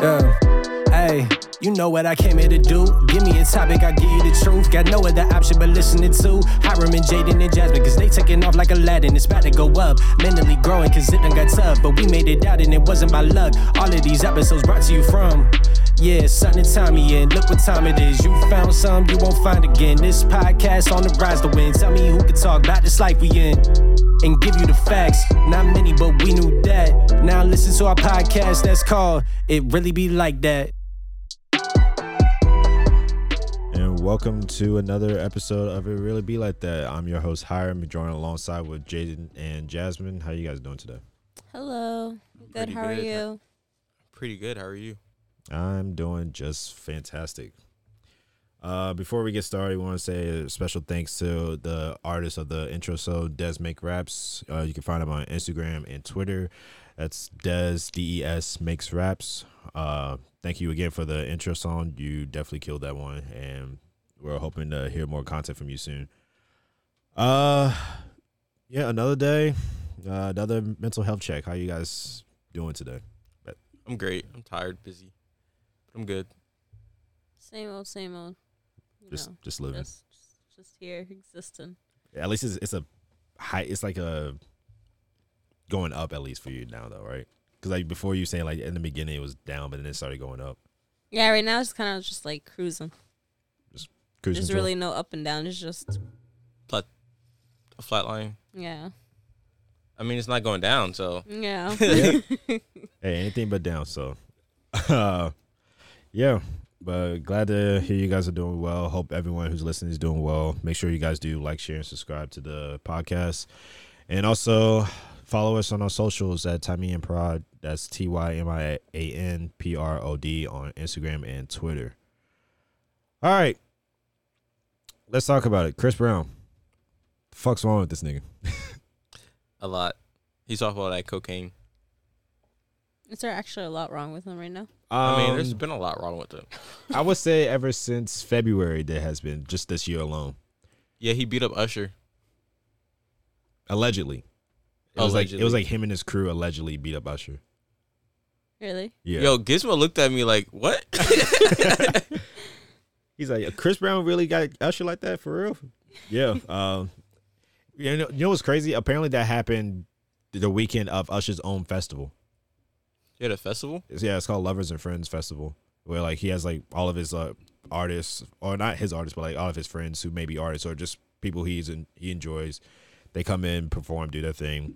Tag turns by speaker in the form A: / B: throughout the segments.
A: Yeah. Hey, you know what I came here to do. Give me a topic, I give you the truth. Got no other option but listening to Hiram and Jaden and Jasmine, cause they taking off like Aladdin. It's about to go up. Mentally growing, cause it done got tough. But we made it out and it wasn't by luck. All of these episodes brought to you from. Yeah, son and Tommy, and look what time it is. You found some you won't find again. This podcast on the rise to win. Tell me who can talk about this life we in and give you the facts. Not many, but we knew that. Now listen to our podcast that's called It Really Be Like That.
B: And welcome to another episode of It Really Be Like That. I'm your host Hiram, joined alongside with Jaden and Jasmine. How you guys doing today?
C: Hello. Good.
D: pretty
C: How are
D: good.
C: you?
D: Pretty good. How are you?
B: I'm doing just fantastic. Uh, before we get started, we want to say a special thanks to the artist of the intro, so Des Make Raps. Uh, you can find him on Instagram and Twitter. That's Des D E S Makes Raps. Uh, thank you again for the intro song. You definitely killed that one, and we're hoping to hear more content from you soon. Uh, yeah, another day, uh, another mental health check. How you guys doing today?
D: I'm great. I'm tired, busy, but I'm good.
C: Same old, same old. You
B: Just,
C: know,
B: just living.
C: just, just, just here existing.
B: At least it's, it's a high. It's like a going up at least for you now, though, right? Because like before you saying like in the beginning it was down, but then it started going up.
C: Yeah, right now it's kind of just like cruising.
B: Cruise
C: There's
B: control.
C: really no up and down. It's just
D: Flat, a flat line.
C: yeah,
D: I mean, it's not going down, so
C: yeah.
B: hey, anything but down. So, uh, yeah. But glad to hear you guys are doing well. Hope everyone who's listening is doing well. Make sure you guys do like, share, and subscribe to the podcast, and also follow us on our socials at Timey and Prod. That's T Y M I A N P R O D on Instagram and Twitter. All right, let's talk about it. Chris Brown, the fuck's wrong with this nigga?
D: a lot. He's off all that cocaine.
C: Is there actually a lot wrong with him right now?
D: I mean, there's
B: Um,
D: been a lot wrong with him.
B: I would say ever since February there has been just this year alone.
D: Yeah, he beat up Usher.
B: Allegedly. It was like it was
D: Allegedly.
B: like him and his crew allegedly beat up Usher.
C: Really?
B: Yeah.
D: Yo, Gizmo looked at me like, "What?"
B: He's like, Chris Brown really got Usher like that for real? Yeah. um you know, you know what's crazy? Apparently that happened the weekend of Usher's own festival.
D: you at a festival?
B: It's- yeah, it's called Lovers and Friends Festival. Where like he has like all of his uh, artists or not his artists, but like all of his friends who may be artists or just people he's in, he enjoys. They come in, perform, do their thing.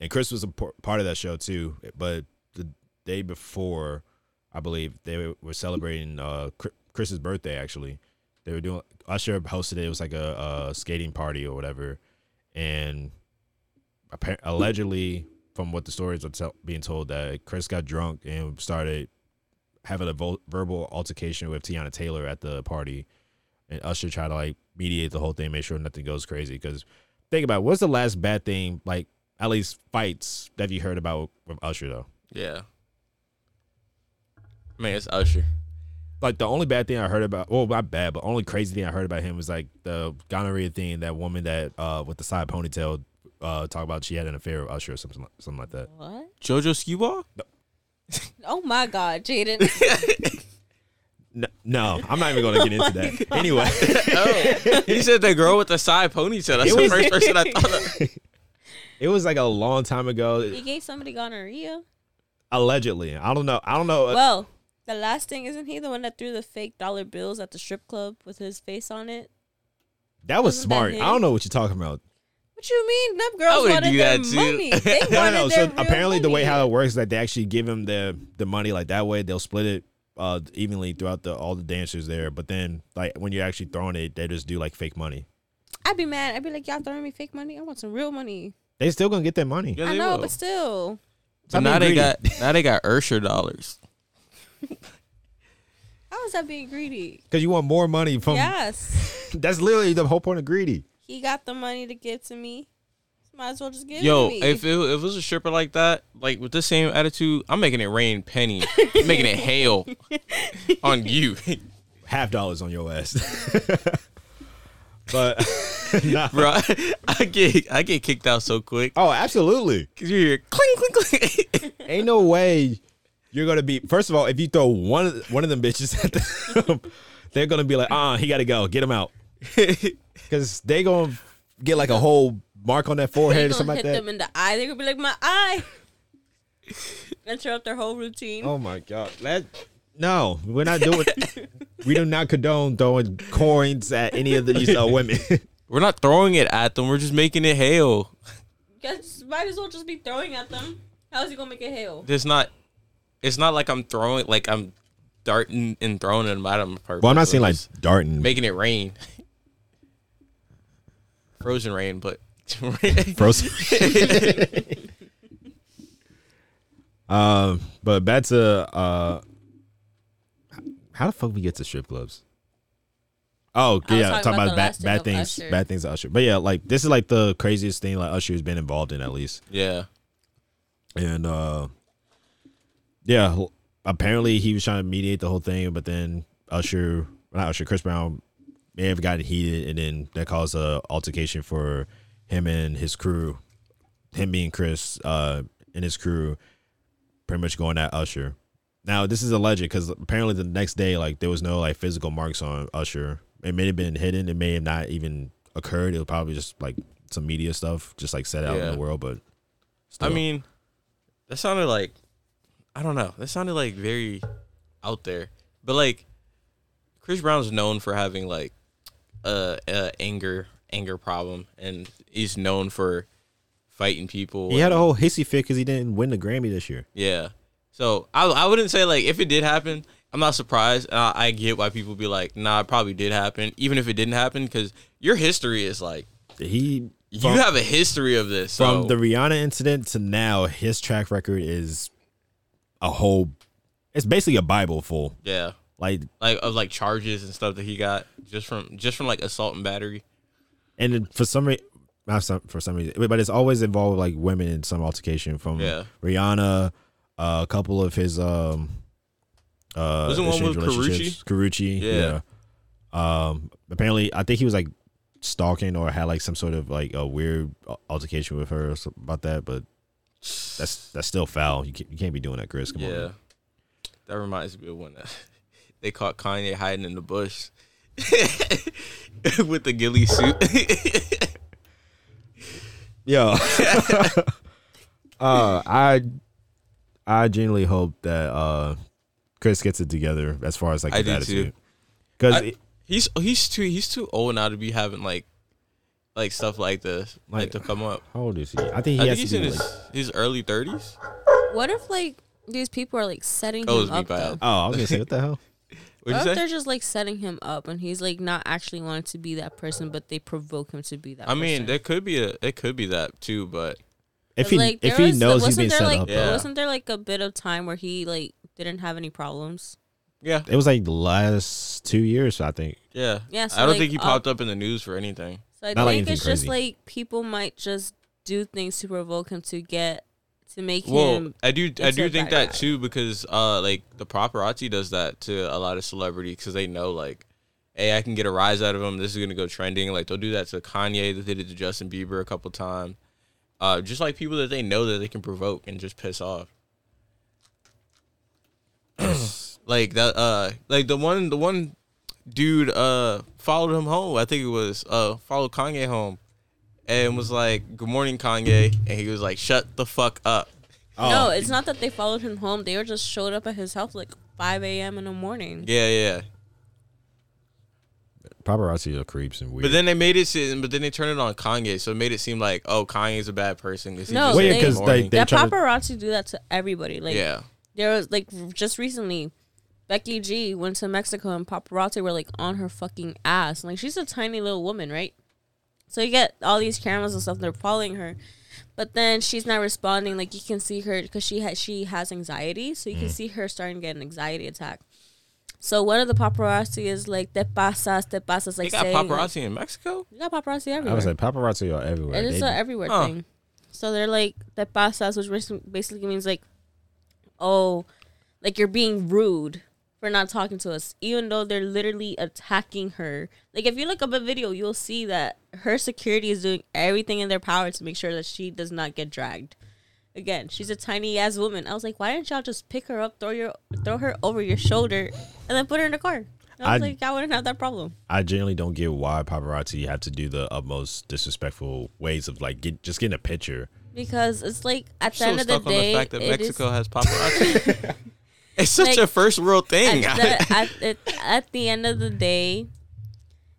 B: and Chris was a p- part of that show too. But the day before, I believe they were celebrating uh, Chri- Chris's birthday. Actually, they were doing Usher hosted it. It was like a, a skating party or whatever, and appar- allegedly, from what the stories are tell being told, that Chris got drunk and started having a vo- verbal altercation with Tiana Taylor at the party. And Usher tried to like mediate the whole thing, make sure nothing goes crazy. Because think about it, what's the last bad thing like at least fights that you heard about with Usher though.
D: Yeah. Man, it's Usher.
B: Like the only bad thing I heard about, well, not bad, but only crazy thing I heard about him was like the gonorrhea thing. That woman that uh with the side ponytail uh talk about she had an affair with Usher or something, like- something like that.
C: What?
D: JoJo Skiba?
C: Oh my God, Jaden.
B: No, no I'm not even going to get into that. Anyway,
D: Oh, he said the girl with the side ponytail. That's
B: It
D: the
B: was-
D: first person I thought of.
B: it was like a long time ago,
C: he gave somebody gonorrhea.
B: allegedly. I don't know. I don't know. uh,
C: Well, the last thing isn't he the one that threw the fake dollar bills at the strip club with his face on it?
B: that was
C: wasn't that
B: smart.
C: him?
B: I don't know what you're talking about.
C: What you mean? Them girls
D: would
C: wanted
D: do
C: their
D: that too.
C: money. They wanted
B: no, no, no.
C: their
B: So
C: real
B: apparently, the way
C: money.
B: how it works is that they actually give him the the money like that way. They'll split it uh, evenly throughout the all the dancers there. But then, like when you're actually throwing it, they just do like fake money.
C: I'd be mad. I'd be like, y'all throwing me fake money. I want some real money.
B: They still gonna get their money.
D: Yeah,
C: I
D: they
C: know,
D: will.
C: but still,
D: So
B: I'm
D: now they
B: greedy.
D: got now they got Ursher dollars.
C: how is that being greedy?
B: because you want more money from.
C: yes,
B: That's literally the whole point of greedy.
C: he got the money to give to me. Might as well just give
D: Yo,
C: it to me.
D: if it, if it was a stripper like that, like with the same attitude, I'm making it rain penny, I'm making it hail on you.
B: half dollars on your ass. but nah.
D: bro. I get I get kicked out so quick.
B: oh, absolutely.
D: Cause you hear cling cling cling.
B: Ain't no way you're gonna be. First of all, if you throw one of one of them bitches at them, they're gonna be like, ah, he gotta go, get him out, because they gonna get like a whole mark on that
C: They're
B: forehead or
C: gonna
B: something like
C: hit
B: that.
C: them in the eye. They're gonna be like, my eye. Interrupt their whole routine.
B: Oh my god, that no, we're not doing. we do not condone throwing coins at any of these uh, women.
D: We're not throwing it at them. We're just making it hail.
C: Guess might as well just be throwing at them. How is he gonna make it hail?
D: It's not. It's not like I'm throwing. Like I'm darting and throwing them at them. on purpose.
B: well, I'm not saying like
D: just
B: darting,
D: making it rain. Frozen rain, but
B: frozen. um, but back to uh, how the fuck we get to strip clubs? Oh
C: I was
B: yeah,
C: talking
B: talking about,
C: about
B: bad,
C: the last thing
B: bad
C: of
B: things,
C: Usher.
B: bad things. to Usher, but yeah, like this is like the craziest thing like Usher's been involved in at least.
D: yeah.
B: and uh yeah h- apparently he was trying to mediate the whole thing but then usher not usher chris brown may have gotten heated and then that caused a altercation for him and his crew him being chris uh and his crew pretty much going at usher now this is alleged because apparently the next day like there was no like physical marks on usher it may have been hidden it may have not even occurred it was probably just like some media stuff just like set out in
D: Yeah.
B: the world but
D: I
B: still.
D: mean, that sounded like I don't know. That sounded like very out there. But like Chris Brown's known for having like uh, uh anger anger problem and he's known for fighting people.
B: He had a
D: and-
B: whole hissy fit because he didn't win the Grammy this year.
D: yeah. So I I wouldn't say like if it did happen, I'm not surprised. And I, I get why people be like, nah, it probably did happen, even if it didn't happen, because your history is like
B: He
D: you
B: from,
D: have a history of this.
B: from
D: so-
B: the Rihanna incident to now, his track record is a whole. It's basically a Bible full.
D: yeah.
B: Like,
D: like of like charges and stuff that he got just from just from like assault and battery.
B: and then for some reason, not some for some reason, but it's always involved like women in some altercation from
D: Yeah.
B: Rihanna, uh, a couple of his um, uh,
D: Wasn't one
B: estranged
D: with Karrueche?
B: relationships. Karrueche,
D: Yeah.
B: yeah. Um, apparently, I think he was like stalking or had like some sort of like a weird al- altercation with her or something about that, but that's that's still foul. You can't, you can't be doing that, Chris. Come
D: yeah,
B: on.
D: that reminds me of when uh, they caught Kanye hiding in the bush with the ghillie suit.
B: Yeah. uh, I I genuinely hope that uh Chris gets it together as far as like
D: I
B: his
D: do, too.
B: attitude. Because
D: I- he's he's too he's too old now to be having like like stuff like this like,
B: Like-
D: to come up.
B: how old is he? I think he
D: I
B: has
D: think
B: to
D: he's
B: be
D: in his,
B: like,
D: his early thirties.
C: What if like these people are like setting
D: That was
C: him
D: me
C: up though?
D: bad.
B: Oh, I was gonna say what the hell?
D: What'd
C: What
D: you
C: if
D: say?
C: they're just like setting him up and he's like not actually wanting to be that person, but they provoke him to be that
D: I
C: person?
D: mean, there could be a it could be that too, but
B: If he
C: Like,
B: if
C: there
B: he
C: was-
B: knows he's
C: wasn't
B: being
C: there,
B: set
C: like,
B: up, though.
D: Yeah.
C: Wasn't there like a bit of time where he like didn't have any problems?
D: yeah,
B: it was like the last two years, I think.
D: yeah,
C: Yeah, so,
D: I don't
C: like,
D: think he
C: uh,
D: popped up in the news for anything.
C: So I
B: Not like
C: think it's
B: anything
C: just
B: crazy.
C: like people might just do things to provoke him to get to make
D: Well,
C: him.
D: I do, I
C: into
D: do
C: a
D: think
C: bad
D: that
C: guy.
D: too because, uh, like the paparazzi does that to a lot of celebrities because they know, like, hey, I can get a rise out of them. This is gonna go trending. Like they'll do that to Kanye. They did it to Justin Bieber a couple times. Uh, just like people that they know that they can provoke and just piss off. like that, uh, like the one, the one dude, uh, followed him home. I think it was, uh, followed Kanye home. And was like, "Good morning, Kanye," and he was like, "Shut the fuck up." oh.
C: No, it's not that they followed him home. They were just showed up at his house like 5 a.m. in the morning.
D: Yeah, yeah.
B: Paparazzi are creeps and weird.
D: But then they made it, se- but then they turned it on Kanye, so it made it seem like, oh, Kanye's a bad person. 'cause he
C: No,
D: just
C: Well, yeah,
D: did it
C: 'cause
D: in the
B: they-
D: morning.
B: they-
C: that
B: try to-
C: paparazzi do that to everybody. Like
D: yeah,
C: there was like just recently, Becky G went to Mexico and paparazzi were like on her fucking ass. Like she's a tiny little woman, right? So you get all these cameras and stuff. They're following her, but then she's not responding. Like you can see her because she has she has anxiety, so you
D: Mm.
C: can see her starting to get an anxiety attack. So one of the paparazzi is like, "Te pasas, te pasas,"
D: they
C: like
D: got
C: saying,
D: paparazzi in Mexico.
C: You got paparazzi everywhere.
B: I was like, paparazzi are everywhere.
C: And
B: They-
C: it's an everywhere
D: Huh.
C: thing. So they're like the pasas, which basi- basically means like, oh, like you're being rude for not talking to us, even though they're literally attacking her. Like, if you look up a video, you'll see that her security is doing everything in their power to make sure that she does not get dragged. Again, she's a tiny ass woman. I was like, why didn't y'all just pick her up, throw your throw her over your shoulder, and then put her in the car? And I was
B: I-
C: like, I wouldn't have that problem.
B: I genuinely don't get why paparazzi have to do the utmost disrespectful ways of like get, just getting a picture.
C: Because it's like at the
D: So
C: end of the
D: stuck on
C: day,
D: the fact that
C: it is-
D: Mexico has paparazzi. it's such
C: Like,
D: a first world thing.
C: at the, at, it, at the end of the day,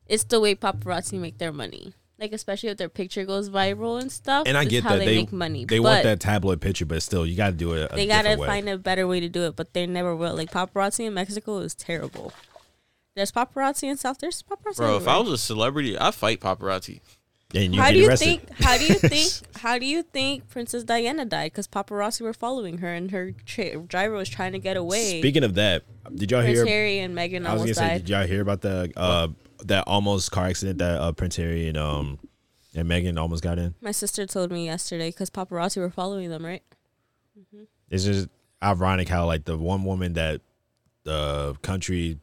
C: it's the way paparazzi make their money. Like especially if their picture goes viral and stuff.
B: And I
C: it's
B: get
C: how
B: that
C: they,
B: they
C: make money.
B: They
C: but
B: want that tabloid picture, but still, you got to do it. A
C: They gotta
B: different way.
C: find a better way to do it, but they never will. Like paparazzi in Mexico is terrible. There's paparazzi in South. There's paparazzi.
D: Bro, if I
C: everywhere.
D: was a celebrity, I'd fight paparazzi.
B: And you
C: how
B: get
C: do you
B: arrested.
C: think? How do you think? How do you think Princess Diana died? Because paparazzi were following her, and her tra- driver was trying to get away.
B: Speaking of that, did y'all
C: Prince
B: hear?
C: Harry and Meghan
B: I was gonna
C: almost
B: say,
C: died.
B: did y'all hear about the uh, that almost car accident that uh, Prince Harry and um and Megan almost got in?
C: My sister told me yesterday because paparazzi were following them, right?
B: It's just ironic how like the one woman that the country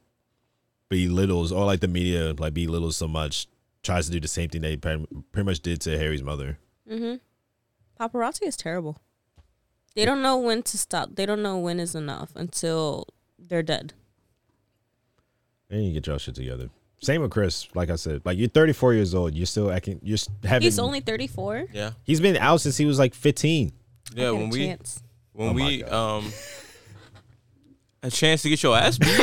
B: belittles or like the media like belittles so much tries to do the same thing they pre- pretty much did to Harry's mother.
C: Paparazzi is terrible. They don't know when to stop. They don't know when is enough until they're dead.
B: And you get your shit together. Same with Chris. Like I said, like you're 34 years old. You're still acting. You're s- having.
C: He's only 34.
D: Yeah.
B: He's been out since he was like 15.
D: Yeah, when we
C: chance.
D: when
B: Oh my
D: we
B: God.
D: um a chance to get your ass beat.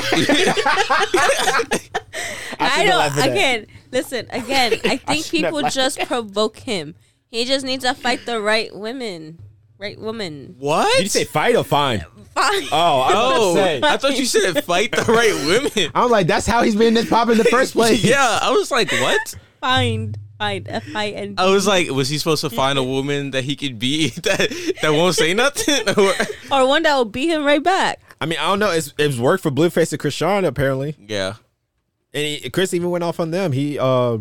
C: I,
B: shouldn't laugh at
C: don't
B: that.
C: again. Listen, again, I think
B: shouldn't
C: people
B: laugh at
C: just provoke him. He just needs to fight the right women. Right woman.
D: what?
B: Did you say fight or fine?
C: Fine.
D: Uh,
B: Oh, I was gonna
D: Oh,
B: say.
D: I thought you said fight the right women.
B: I'm like, that's how he's been this pop in the first place.
D: yeah, I was like, what?
C: Find. Find. F I N D.
D: I was like, was he supposed to find a woman that he could be that that won't say nothing? Or,
C: Or one that will beat him right back.
B: I mean, I don't know. It's it's worked for Blueface and Krishan apparently,
D: yeah,
B: and he, Chris even went off on them. He uh,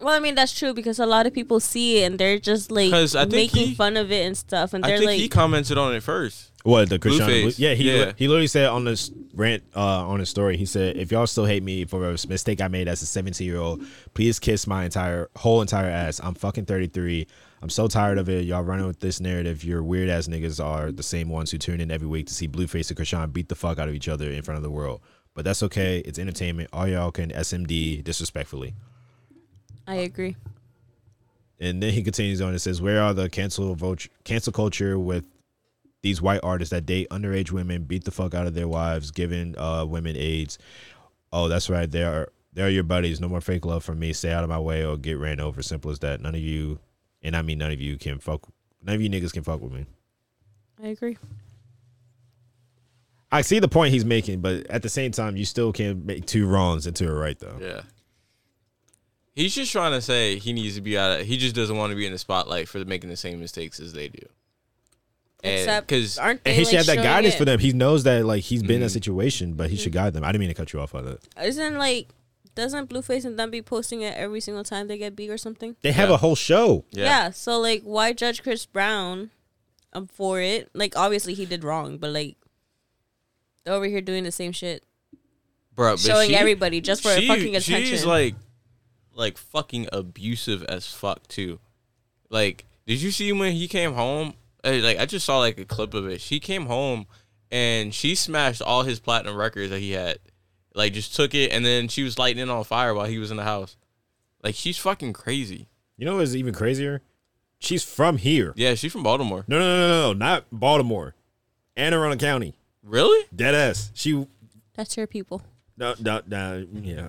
C: Well, I mean that's true because a lot of people see it and they're just like
D: 'Cause I think
C: making
D: he-
C: fun of it and stuff, and
D: I
C: they're
D: think
C: like,
D: he commented on it first.
B: what the Krishan?
D: Blueface.
B: Yeah, he
D: Yeah.
B: he literally said on this rant uh on his story, he said, "If y'all still hate me for a mistake I made as a 17 year old, please kiss my entire whole entire ass. I'm fucking 33." I'm so tired of it. Y'all running with this narrative. Your weird ass niggas are the same ones who tune in every week to see Blueface and Krishan beat the fuck out of each other in front of the world. But that's okay. It's entertainment. All y'all can SMD disrespectfully.
C: I agree.
B: And then he continues on and says, "Where are the cancel vulture, cancel culture with these white artists that date underage women, beat the fuck out of their wives, giving uh, women AIDS? Oh, that's right. They are they are your buddies. No more fake love from me. Stay out of my way or get ran over. Simple as that. None of you, and I mean none of you, can fuck. None of you niggas can fuck with me.
C: I agree.
B: I see the point he's making, but at the same time, you still can't make two wrongs into a right, though.
D: Yeah, he's just trying to say he needs to be out. of He just doesn't want to be in the spotlight for making the same mistakes as they do. And-
C: Except,
D: cause,
C: aren't they
B: And he
C: like,
B: should have that
C: showing
B: guidance
C: it? Mm-hmm.
B: for them. He knows that like he's been in a situation, but he should guide them. I didn't mean to cut you off on that.
C: Isn't like doesn't Blueface and them be posting it every single time they get beat or something?
B: They have
D: Yeah.
B: a whole show.
C: Yeah.
D: Yeah.
C: so like, why judge Chris Brown um, for it? Like, obviously he did wrong, but like, they're over here doing the same shit,
D: bro, but
C: showing
D: she-
C: everybody just for
D: she-
C: fucking attention.
D: She's like, like fucking abusive as fuck too. Like, did you see when he came home? Uh, Like, I just saw like a clip of it. She came home and she smashed all his platinum records that he had. Like, just took it and then she was lighting it on fire while he was in the house. Like, she's fucking crazy.
B: You know what's even crazier? She's from here.
D: Yeah, she's from Baltimore.
B: No, no, no, no, no, not Baltimore. Anne Arundel County.
D: Really?
B: Dead ass. She.
C: That's your people.
B: No, no, no, yeah.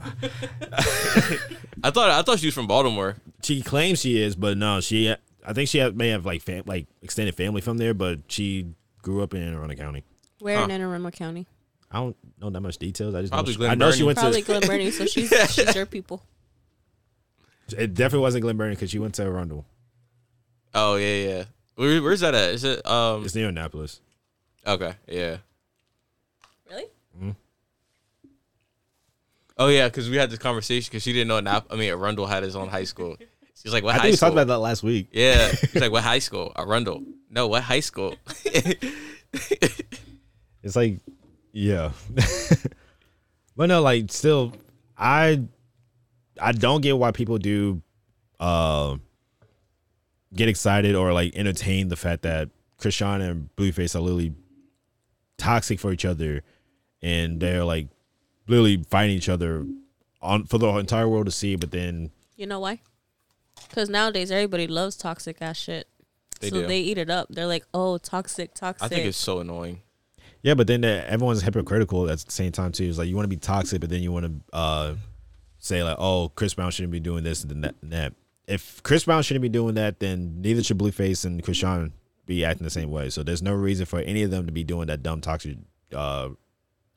D: I thought I thought she was from Baltimore.
B: She claims she is, but no, she. I think she have, may have like fam, like extended family from there, but she grew up in Anne Arundel County.
C: Where in
D: Huh.
C: Anne Arundel County?
B: I don't know that much details. I just
D: Probably
B: know she,
D: Glen
B: I know she
D: Burnie.
B: went
C: Probably Glen Burnie. So she's she's your people.
B: to. It definitely wasn't Glen Burnie because she went to Arundel.
D: Oh yeah, yeah. Where, where's that at? Is it um?
B: It's near Annapolis.
D: Okay, yeah.
C: Really?
D: Oh yeah, because we had this conversation because she didn't know Nap. I mean, Arundel had his own high school. She's like, "What
B: I
D: high
B: think we
D: school?"
B: talked about that last week.
D: Yeah, she's like, "What high school?" Arundel. No, what high school?
B: It's like, yeah. But no, like still, I I don't get why people do um get excited or like entertain the fact that Krishan and Blueface are literally toxic for each other, and they're like literally fighting each other on for the entire world to see. But then
C: You know why? Because nowadays everybody loves toxic ass shit.
D: They
C: so
D: do.
C: they eat it up. They're like, oh, toxic, toxic.
D: I think it's so annoying.
B: yeah, but then that- everyone's hypocritical at the same time too. It's like you want to be toxic, but then you want to uh say like, oh, Chris Brown shouldn't be doing this and then that. And that. If Chris Brown shouldn't be doing that, then neither should Blueface and Krishan be acting the same way. So there's no reason for any of them to be doing that dumb toxic, uh,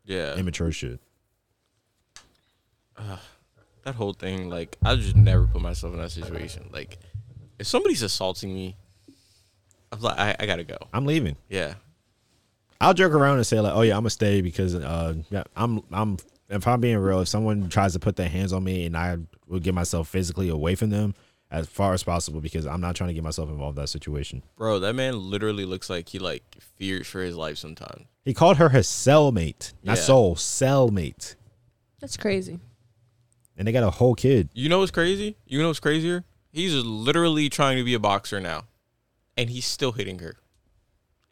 D: Yeah.
B: immature shit.
D: that whole thing, like I just never put myself in that situation. Like if somebody's assaulting me, I'm like I, I gotta go.
B: I'm leaving.
D: Yeah.
B: I'll jerk around and say like, "Oh yeah, I'm gonna stay because uh, yeah, I'm I'm if I'm being real, if someone tries to put their hands on me and I would get myself physically away from them as far as possible because I'm not trying to get myself involved in that situation."
D: Bro, that man literally looks like he like fears for his life sometimes.
B: He called her his cellmate, not
D: Yeah.
B: soul, cellmate,
C: That's crazy.
B: and they got a whole kid.
D: You know what's crazy? You know what's crazier? He's literally trying to be a boxer now. And he's still hitting her.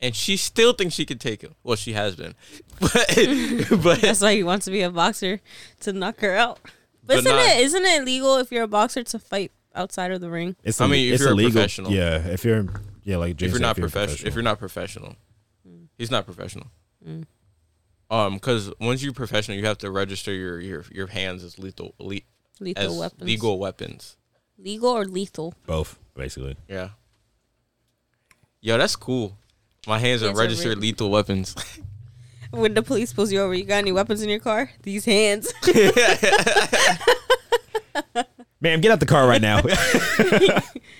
D: And she still thinks she can take him. Well, she has been. But but
C: That's why you want to be a boxer to knock her out. But,
D: But
C: isn't
D: not-
C: it isn't it illegal if you're a boxer to fight outside of the ring?
B: It's
D: I
B: ill-
D: mean, if
B: it's
D: you're a
B: illegal.
D: professional.
B: yeah, if you're yeah, like James
D: if you're
B: said,
D: not professional, if you're not professional,
C: Mm.
D: he's not professional. Um, because once you're professional, you have to register your your, your hands as lethal le-
C: Lethal
D: as
C: weapons.
D: legal weapons.
C: Legal or lethal?
B: both basically.
D: Yeah. Yo, that's cool. My hands are
C: Hands are
D: registered
C: re-
D: lethal weapons.
C: When the police pulls you over, you got any weapons in your car? These hands.
B: Ma'am, get out the car right now.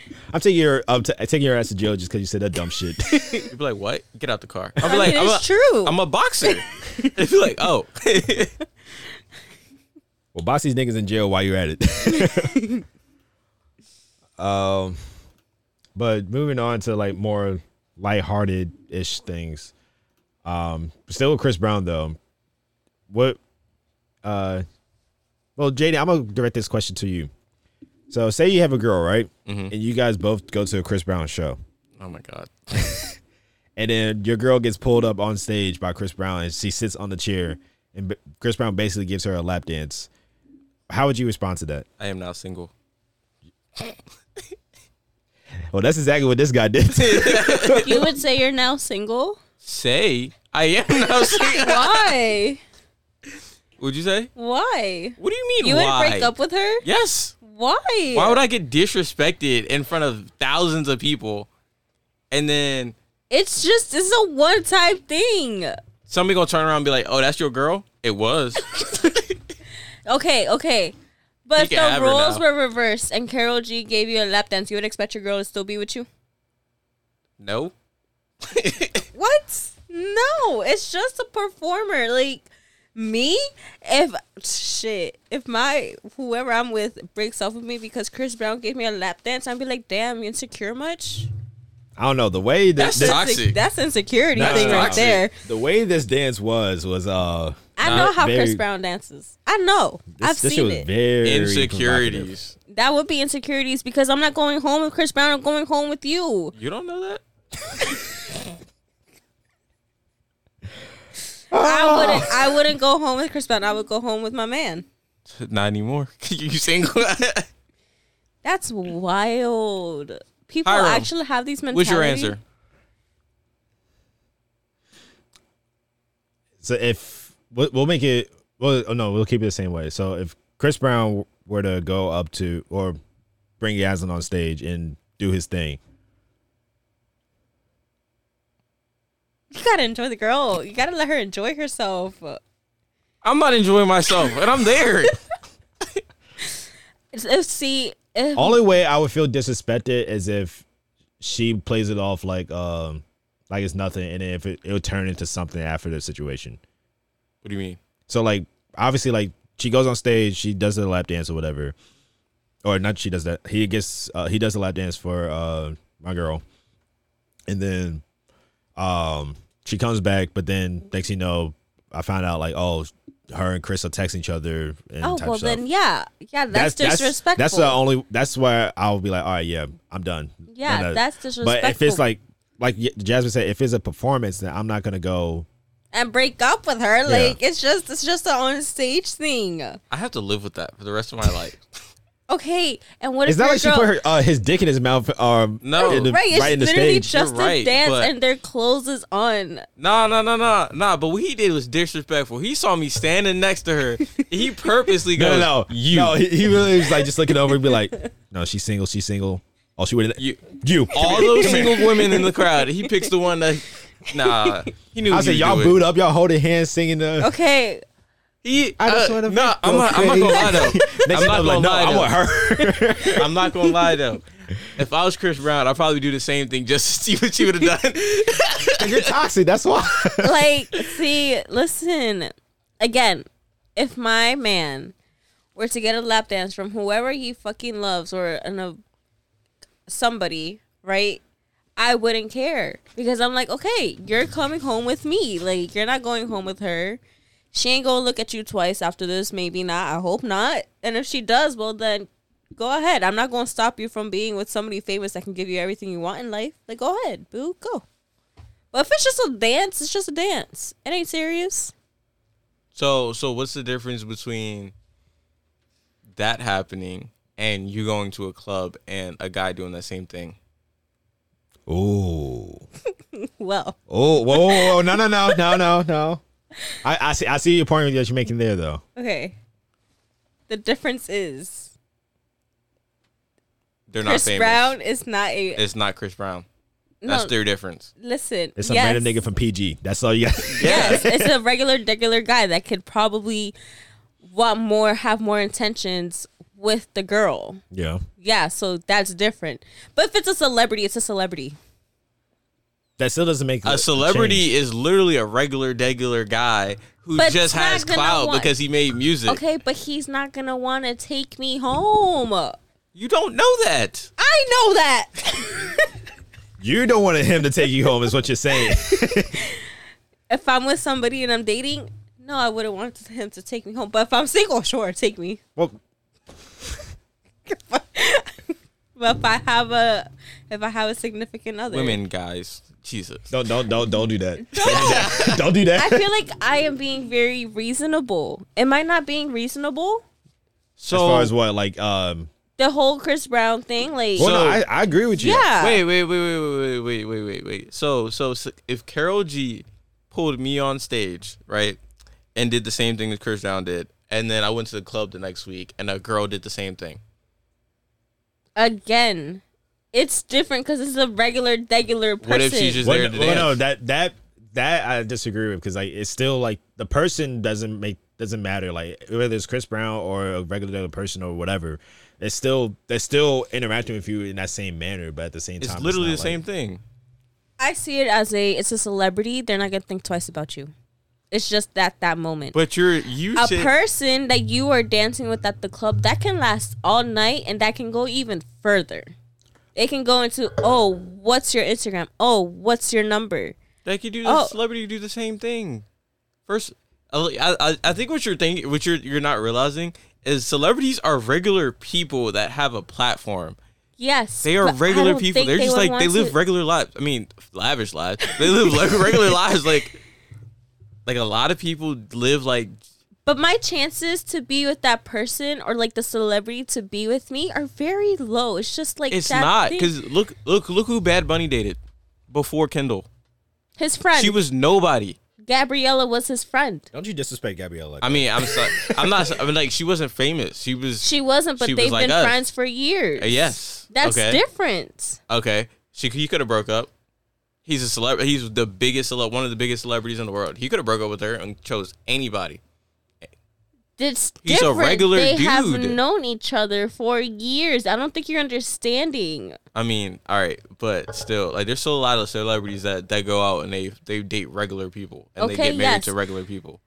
B: I'm taking your I'm t- taking your ass to jail just because you said that dumb shit.
D: You'd be like, "What? Get out the car." I'd be
C: I mean,
D: like, I'm
C: it's
D: a,
C: true.
D: I'm a boxer." They'd be like, "Oh,
B: Well, box these niggas in jail while you're at it. um, but moving on to like more lighthearted ish things. Um, still with Chris Brown though. What? Uh, well, JD, I'm gonna direct this question to you. So, say you have a girl, right? And you guys both go to a Chris Brown show,
D: oh my god."
B: and then your girl gets pulled up on stage by Chris Brown, and she sits on the chair, and b- Chris Brown basically gives her a lap dance. How would you respond to that?
D: I am now single.
B: Well, Oh, that's exactly what this guy did.
C: you would say you're now single?
D: Say, I am now single.
C: Why?
D: Would you say?
C: Why?
D: What do you mean?
C: You
D: why?
C: would break up with her?
D: Yes.
C: Why?
D: Why would I get disrespected in front of thousands of people, and then
C: It's just it's a one time thing.
D: somebody gonna turn around and be like, "Oh, that's your girl." It was.
C: Okay, okay. But if
D: You can
C: the
D: have her
C: roles
D: now.
C: were reversed and Carol G gave you a lap dance, you would expect your girl to still be with you?
D: no.
C: What? No, it's just a performer. Like me, if shit, if my whoever I'm with breaks up with me because Chris Brown gave me a lap dance, I'd be like, damn, you insecure much?
B: I don't know the way that
D: That's
B: the,
D: toxic.
C: that's insecurity
B: Nah,
C: thing right
D: toxic.
C: there.
B: the way this dance was was uh
C: I know how
B: very-
C: Chris Brown dances. I know.
B: this,
C: I've
B: this shit
C: seen
B: was
C: it.
B: very provocative.
D: Insecurities.
C: that would be insecurities because I'm not going home with Chris Brown. I'm going home with you.
D: You don't know that.
B: Oh.
C: I wouldn't. I wouldn't go home with Chris Brown. I would go home with my man.
D: Not anymore. you single?
C: That's wild. People
D: Hiram,
C: actually have these mentalities.
D: What's your answer?
B: So if we'll, we'll make it well oh no we'll keep it the same way. So if Chris Brown were to go up to or bring Yasin on stage and do his thing,
C: You gotta enjoy the girl. You gotta let her enjoy herself.
D: I'm not enjoying myself, and I'm there.
C: It's- it's- See, if,
B: only way I would feel disrespected is if she plays it off like um like it's nothing, and if it it'll turn into something after the situation.
D: what do you mean?
B: So like obviously like she goes on stage, she does a lap dance or whatever. Or not she does that. He gets uh, he does a lap dance for uh my girl. And then um she comes back, but then next thing you know, I found out like, oh, her and Chris are texting each other and
C: Oh
B: type
C: well,
B: stuff.
C: then yeah, yeah, that's, disrespectful.
B: That's, the only. That's why I'll be like, all right, yeah, I'm done.
C: Yeah,
B: No, no.
C: that's disrespectful.
B: But if it's like, like Y- Jasmine said, if it's a performance, then I'm not gonna go.
C: and break up with her, like it's just it's just an on stage thing.
D: I have to live with that for the rest of my life.
C: Okay, and what
B: It's
C: if
B: not
C: your
B: like she
C: girl- Oh,
B: put her uh, his dick in his mouth. Um,
D: No.
B: in the-
C: right? It's
B: right in the
C: literally
B: stage.
C: just
D: You're
C: a
D: right,
C: dance,
D: but-
C: and their clothes is on.
D: Nah, nah, nah, nah, nah. But what he did was disrespectful. He saw me standing next to her. He purposely
B: No,
D: goes,
B: no, no,
D: you,
B: No, he, he really was like just looking over and be like, no, she's single. She's single. Oh, she would. You,
D: you.
B: you.
D: All those single women in the crowd. He picks the one that. Nah, he knew.
B: I
D: he
B: said,
D: would
B: y'all
D: do it.
B: boot up, y'all holding hands, singing the.
C: Okay,
D: He,
B: I just
D: uh,
B: wanna
D: nah,
B: go
D: I'm not, I'm not gonna lie
B: crazy.
D: though.
B: Next
D: I'm
B: thing
D: not
B: I'm like,
D: gonna
B: no,
D: lie
B: I
D: though.
B: want her.
D: I'm not gonna lie though. If I was Chris Brown, I'd probably do the same thing just to see what she would have done.
B: You're toxic. That's why.
C: like see, listen, again, if my man were to get a lap dance from whoever he fucking loves or an, a, somebody, right? I wouldn't care because I'm like, okay, you're coming home with me. Like you're not going home with her. She ain't gonna look at you twice after this. Maybe not. I hope not. And if she does, well then go ahead. I'm not gonna stop you from being with somebody famous that can give you everything you want in life. Like go ahead, boo, go. But if it's just a dance, it's just a dance. It ain't serious.
D: so, so what's the difference between that happening and you going to a club and a guy doing that same thing?
B: Ooh.
C: Well,
B: Oh, whoa, whoa, whoa, no, no, no, no, no, no. I, I see, I see your point that you're making there, though.
C: okay. The difference is
D: They're not
C: Chris
D: famous.
C: Brown is not a
D: It's not Chris Brown.
C: no,
D: That's their difference.
C: Listen,
B: It's some
C: yes.
B: random nigga from PG. That's all you got.
C: Yes, it's a regular, regular guy that could probably want more, have more intentions with the girl.
B: yeah,
C: Yeah, so that's different. But if it's a celebrity, it's a celebrity.
B: that still doesn't make
D: A celebrity is literally a regular, regular guy who
C: But
D: just
C: not
D: has
C: gonna
D: clout
C: want-
D: because he made music.
C: Okay, but he's not gonna want to take me home. I
D: You don't know that.
C: know that.
B: You don't want him to take you home, is what you're saying.
C: if I'm with somebody and I'm dating, no, I wouldn't want him to take me home. But if I'm single, sure, take me.
B: well,
C: But if I have a, if I have a significant other,
D: Women, guys, Jesus.
B: don't, don't, don't, don't do that. Don't do
C: I
B: that.
C: feel like I am being very reasonable. Am I not being reasonable?
D: So
B: as far as what, like, um,
C: The whole Chris Brown thing, like,
B: well,
D: So-
B: no, I, I agree with you.
C: yeah,
D: Wait, wait, wait, wait, wait, wait, wait, wait, wait. So, so, so if Carol G pulled me on stage, right, and did the same thing that Chris Brown did, and then I went to the club the next week, and a girl did the same thing.
C: again, it's different because it's a regular, regular person.
D: What if she's just-
B: Well,
D: there
B: no,
D: to
B: well, no,
D: dance.
B: that, that, that I disagree with because, like, it's still like the person doesn't make, doesn't matter. Like, whether it's Chris Brown or a regular person or whatever, it's still, they're still interacting with you in that same manner, but at the same
D: It's
B: time,
D: literally the
B: not, like-
D: same thing.
C: I see it as a, it's a celebrity. They're not gonna think twice about you. It's just that that moment.
D: But you're you
C: a
D: said-
C: person that you are dancing with at the club that can last all night and that can go even further. It can go into oh, what's your Instagram? Oh, what's your number?
D: Like you do the
C: Oh.
D: celebrity do the same thing. First, I, I I think what you're thinking, what you're you're not realizing is celebrities are regular people that have a platform.
C: Yes,
D: They are
C: but I
D: regular
C: don't
D: people.
C: think
D: They're just
C: would
D: like they
C: want
D: live
C: to-
D: regular lives. I mean, lavish lives. They live like regular lives. Like, like a lot of people live like.
C: but my chances to be with that person or like the celebrity to be with me are very low. It's just like
D: It's
C: that
D: not
C: thing.
D: because look, look, look who Bad Bunny dated before Kendall.
C: his friend
D: She was nobody.
C: Gabriella was his friend.
B: Don't you disrespect Gabrielle like
D: I mean, I'm sorry. I'm not. I mean, like she wasn't famous. She was.
C: She wasn't, but
D: She was
C: they've
D: like
C: been
D: us.
C: friends for years.
D: Uh, yes.
C: that's
D: Okay.
C: different.
D: Okay. She he could have broke up. He's a celebrity. He's the biggest celeb, one of the biggest celebrities in the world. He could have broke up with her and chose anybody.
C: It's
D: He's a
C: different.
D: regular
C: they have
D: dude.
C: known each other for years. I don't think you're understanding.
D: I mean, all right, but still, like, there's still a lot of celebrities that that go out and they they date regular people and they
C: Okay,
D: get married
C: yes.
D: to regular people.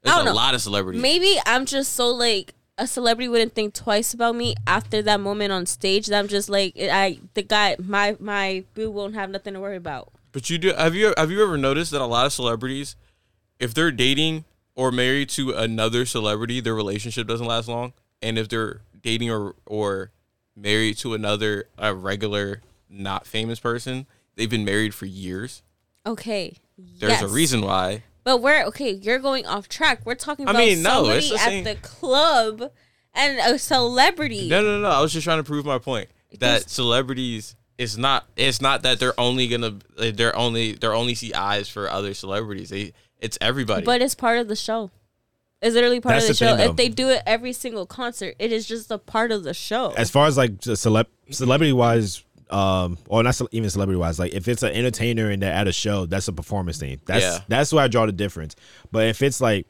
D: There's
C: don't
D: a
C: know.
D: lot of celebrities.
C: Maybe I'm just so like a celebrity wouldn't think twice about me after that moment on stage that I'm just like I the guy my my boo won't have nothing to worry about.
D: But you do have you have you ever noticed that a lot of celebrities, if they're dating, or married to another celebrity, their relationship doesn't last long. And if they're dating or or married to another a regular not famous person, they've been married for years.
C: Okay.
D: There's a
C: yes.
D: reason why.
C: But we're okay. You're going off track. We're talking
D: I
C: about
D: mean, no,
C: somebody
D: it's the
C: at
D: same-
C: the club and a celebrity.
D: No, no, no. I was just trying to prove my point that
C: Because-
D: celebrities it's not it's not that they're only gonna like, they're only they're only see eyes for other celebrities. They it's everybody.
C: But it's part of the show. It's literally part
B: That's
C: of the,
B: the
C: show.
B: thing, though.
C: if they do it every single concert, it is just a part of the show.
B: as far as like just celeb celebrity wise um or not cele- even celebrity wise like if it's an entertainer and they're at a show that's a performance thing that's
D: Yeah.
B: that's where i draw the difference but if it's like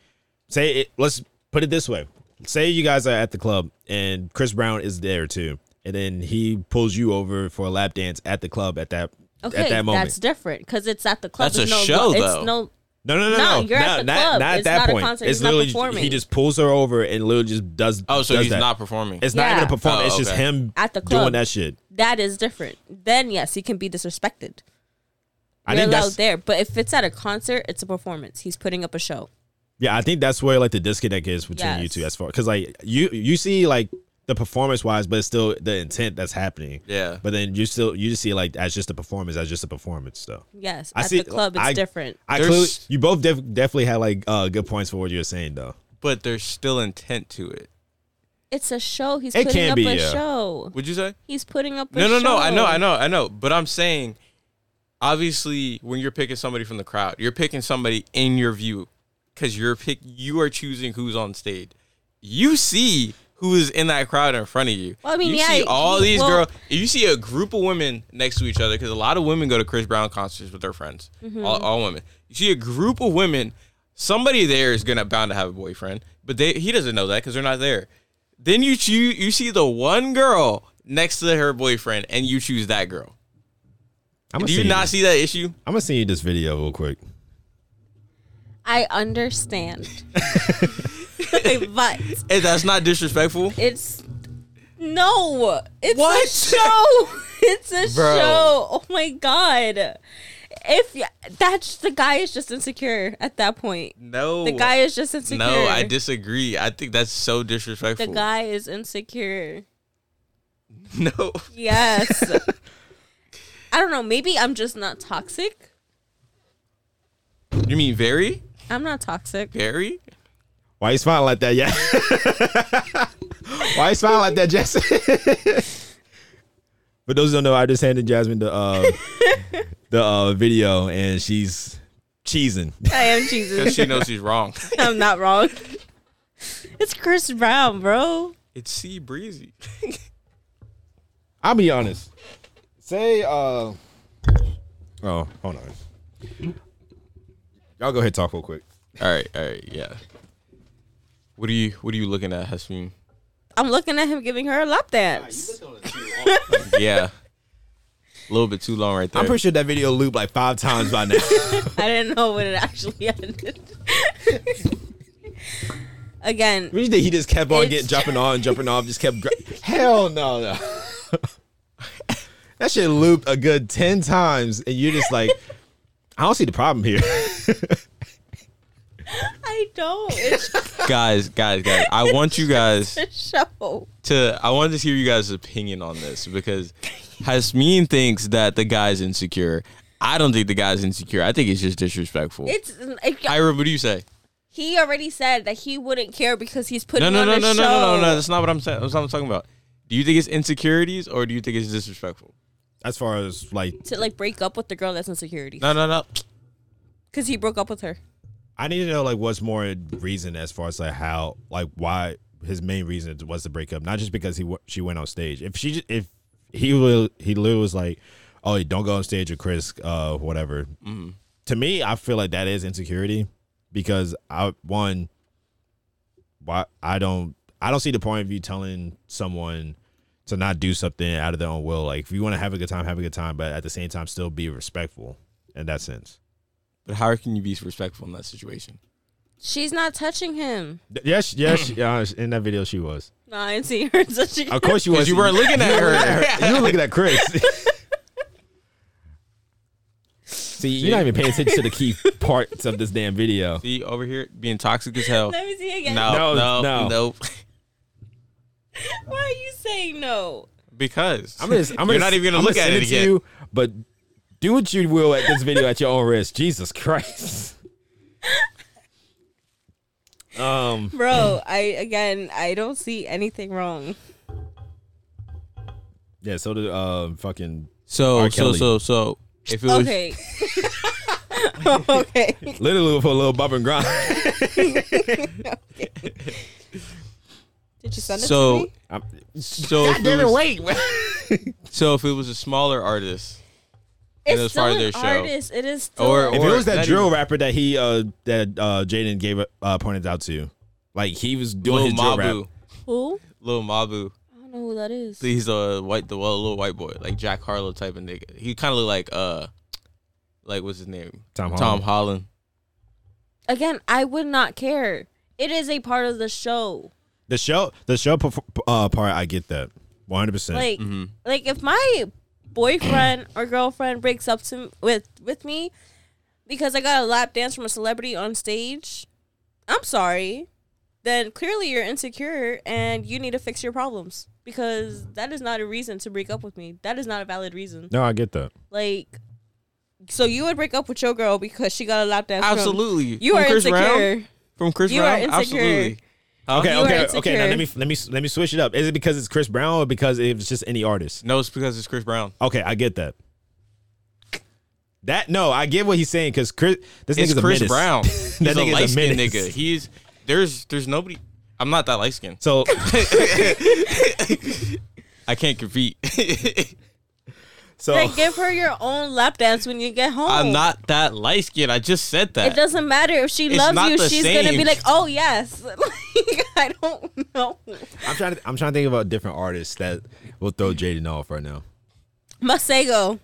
B: say it, let's put it this way say you guys are at the club and chris brown is there too and then he pulls you over for a lap dance at the club at that
C: okay,
B: at that moment
C: that's different because it's at the club.
D: That's a
C: It's no,
D: show,
C: it's
D: though.
C: No,
B: no no no
C: No,
B: no,
C: you're at
B: not,
C: the
B: not,
C: club.
B: not at
C: It's
B: that
C: not a
B: point
C: concert.
B: it's
C: He's not
B: literally
C: performing.
B: he just pulls her over and literally just does
D: oh, so
B: does
D: he's
B: that.
D: not performing.
B: it's not
C: Yeah.
B: even a performance
D: Oh,
B: it's just
D: okay.
B: him
C: At the
B: doing
C: club.
B: that shit
C: that is different. Then yes, he can be disrespected.
B: i
C: You're
B: think
C: allowed
B: that's
C: there, but if it's at a concert, it's a performance. He's putting up a show.
B: Yeah, I think that's where like the disconnect is between you
C: Yes.
B: two as far because like you you see like the performance wise, but it's still the intent that's happening.
D: Yeah.
B: But then you still you just see like as just a performance, as just a performance though.
C: Yes,
B: I
C: at
B: see-
C: the club, it's
B: I-
C: different.
B: I
D: There's-
B: clearly you both def- definitely had like uh good points for what you were saying though.
D: but there's still intent to it.
C: It's a show. He's
B: It
C: putting
B: can
C: up
B: be,
C: a
B: yeah.
C: show.
D: Would you say?
C: He's putting up a
D: No, no, no. I know,
C: show.
D: I know, I know. But I'm saying, obviously, when you're picking somebody from the crowd, you're picking somebody in your view, because you're pick, you are choosing who's on stage. You see who is in that crowd in front of you.
C: Well, I mean,
D: you
C: yeah,
D: see all
C: you-
D: these
C: well-
D: girls. If you see a group of women next to each other, because a lot of women go to Chris Brown concerts with their friends,
C: Mm-hmm.
D: all, all women. You see a group of women. Somebody there is gonna bound to have a boyfriend, but they he doesn't know that because they're not there. Then you choose you see the one girl next to her boyfriend and you choose that girl.
B: I'm gonna
D: Do you
B: send
D: not see that issue?
B: I'm gonna send you this video real quick.
C: I understand, but
D: Hey, that's not disrespectful.
C: it's no. It's
D: What?
C: a show. It's a
D: Bro.
C: show. Oh my god! If y- that's the guy is just insecure at that point.
D: No.
C: The guy is just insecure.
D: No, I disagree. I think that's so disrespectful.
C: The guy is insecure.
D: No.
C: Yes. I don't know. Maybe I'm just not toxic.
D: You mean very?
C: I'm not toxic.
D: Very?
B: Why you smiling like that, yeah? Why you smiling like that, Jasmine? For those who don't know, I just handed Jasmine the uh the uh video and she's cheesing.
C: I am
D: Because
C: Jesus.
D: she knows she's wrong.
C: I'm not wrong. It's Chris Brown, bro.
D: It's sea breezy.
B: I'll be honest. Say uh Oh, hold on. Y'all go ahead and talk real quick.
D: All right, all right, yeah. What are you what are you looking at, Hasmeen?
C: I'm looking at him giving her a lap dance.
D: Yeah. A little bit too long right there.
B: I'm pretty sure that video looped like five times by now.
C: I didn't know when it actually ended. Again,
B: what do you think? He just kept on
C: It's-
B: getting jumping on, jumping off, just kept. Gra- Hell no, no. that shit looped a good ten times, and you're just like, I don't see the problem here.
C: I don't. It's
D: guys, guys, guys. I want you guys
C: a show.
D: to I wanted to hear you guys' opinion on this because Hasmeen thinks that the guy's insecure. I don't think the guy's insecure. I think it's just disrespectful.
C: It's
D: Ira, what do you say?
C: he already said that he wouldn't care because he's
D: No,
C: putting
D: no,
C: on
D: no,
C: a
D: no, no,
C: show.
D: no, no, no. That's not what I'm saying. That's not what I'm talking about. Do you think it's insecurities or do you think it's disrespectful?
B: As far as like,
C: To like break up with the girl that's in security
D: No, no, no.
C: because he broke up with her.
B: I need to know like what's more reason as far as like how like why his main reason was to break up, not just because he wa- she went on stage. If she j- if he will he literally was like, oh don't go on stage with Chris, uh whatever. To me, I feel like that is insecurity because I one why I don't I don't see the point of you telling someone to not do something out of their own will. Like if you want to have a good time, have a good time, but at the same time still be respectful in that sense.
D: But how can you be respectful in that situation?
C: She's not touching him.
B: Th- Yes, yes, yeah. In that video, she was.
C: No, I didn't see her in security.
B: Of course, you
D: Because
B: was.
D: you weren't looking at
B: You were
D: her.
B: looking at Chris. See, you're not even paying attention to the key parts of this damn video.
D: See over here being toxic as hell.
C: Let me see again.
D: No,
B: No,
D: no,
B: no.
D: no,
C: Why are you saying no?
D: because
B: I'm gonna, I'm gonna,
D: you're not even gonna
B: I'm
D: look at
B: send
D: it
B: to
D: again.
B: you, but do what you will at this video at your own risk. Jesus Christ. Um,
C: Bro, I again, I don't see anything wrong.
B: yeah. So the um, fucking
D: So,
B: R.
D: so,
B: Kelly.
D: so, so, if it was
C: Okay. okay.
B: literally for a little bump and grind.
C: Did you send it
D: So-
C: to me?
B: I'm-
D: so, if it was, so if it was a smaller artist,
C: It's
D: as
C: still
D: far as
C: an
D: their show.
C: artist. It is still
D: Or-
B: if
D: or-
B: it was that
D: not
B: drill
D: even-
B: rapper that he uh that uh Jaden gave uh pointed out to, like he was doing
D: Lil
B: his drill rap.
D: Mabu,
C: who?
D: Lil Mabu,
C: I don't know who that is.
D: he's a white, the well, little white boy, like Jack Harlow type of nigga. He kind of look like uh, like what's his name?
B: Tom Holland.
D: Tom Holland.
C: Again, I would not care. It is a part of the show.
B: The show, the show perf- uh, part, I get that one hundred percent.
C: Like,
D: Mm-hmm.
C: like if my boyfriend or girlfriend breaks up to, with with me because I got a lap dance from a celebrity on stage, I'm sorry. Then clearly you're insecure and you need to fix your problems because that is not a reason to break up with me. That is not a valid reason.
B: No, I get that.
C: Like, so you would break up with your girl because she got a lap dance. from-
D: Absolutely.
C: you
D: From
C: are
D: Chris Brown?
C: insecure.
D: From Chris
C: You
D: Brown,
C: are insecure.
D: absolutely.
B: Okay,
C: You
B: okay,
C: are
B: okay. Now
C: insecure.
B: let me let me let me switch it up. Is it because it's Chris Brown or because it was just any artist?
D: No, it's because it's Chris Brown.
B: Okay, I get that. That no, I get what he's saying because Chris, this
D: It's
B: nigga's
D: Chris
B: a menace.
D: Brown. He's
B: That
D: a
B: nigga's a
D: light skinned
B: menace.
D: nigga. He's there's there's nobody. I'm not that light skinned.
B: So
D: I can't compete.
B: so
C: Then give her your own lap dance when you get home.
D: I'm not that light skinned. I just said that.
C: It doesn't matter if she
D: It's
C: loves
D: not
C: you.
D: the
C: She's gonna be
D: same.
C: like, "Oh yes." Like, I don't know.
B: I'm trying to I'm trying to think about different artists that will throw Jaden off right now.
C: Masego.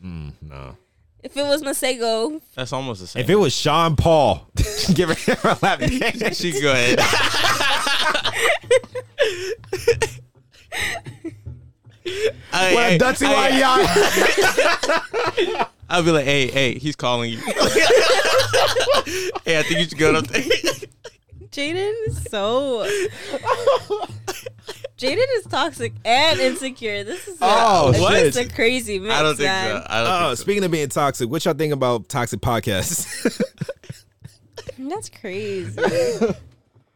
B: No,
C: If it was Masego,
D: That's almost the same.
B: if it was Sean Paul, give her a lap dance.
D: she go ahead. I,
B: Well, that's why y'all.
D: I'll be like, hey, hey, he's calling you. hey, I think you should go up there.
C: Jaden is so. Jaden is toxic and insecure. This is
B: Oh,
C: a,
B: what?
C: It's a crazy mix.
D: I don't think
C: man.
D: so. I don't
B: Uh,
D: think so.
B: speaking of being toxic, what y'all think about toxic podcasts?
C: That's crazy.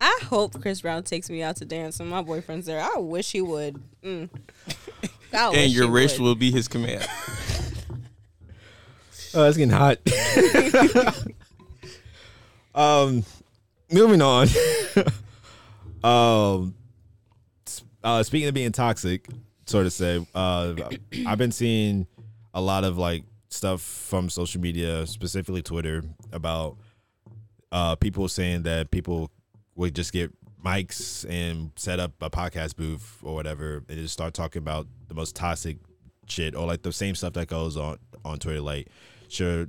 C: I hope Chris Brown takes me out to dance and my boyfriend's there. I wish he would. Mm. I
D: and
C: wish
D: your
C: he
D: wrist
C: would.
D: will be his command.
B: Oh, it's getting hot. um, moving on. um, s- uh, speaking of being toxic, sort of say, uh, I've been seeing a lot of like stuff from social media, specifically Twitter, about uh people saying that people would just get mics and set up a podcast booth or whatever and just start talking about the most toxic shit or like the same stuff that goes on on Twitter like should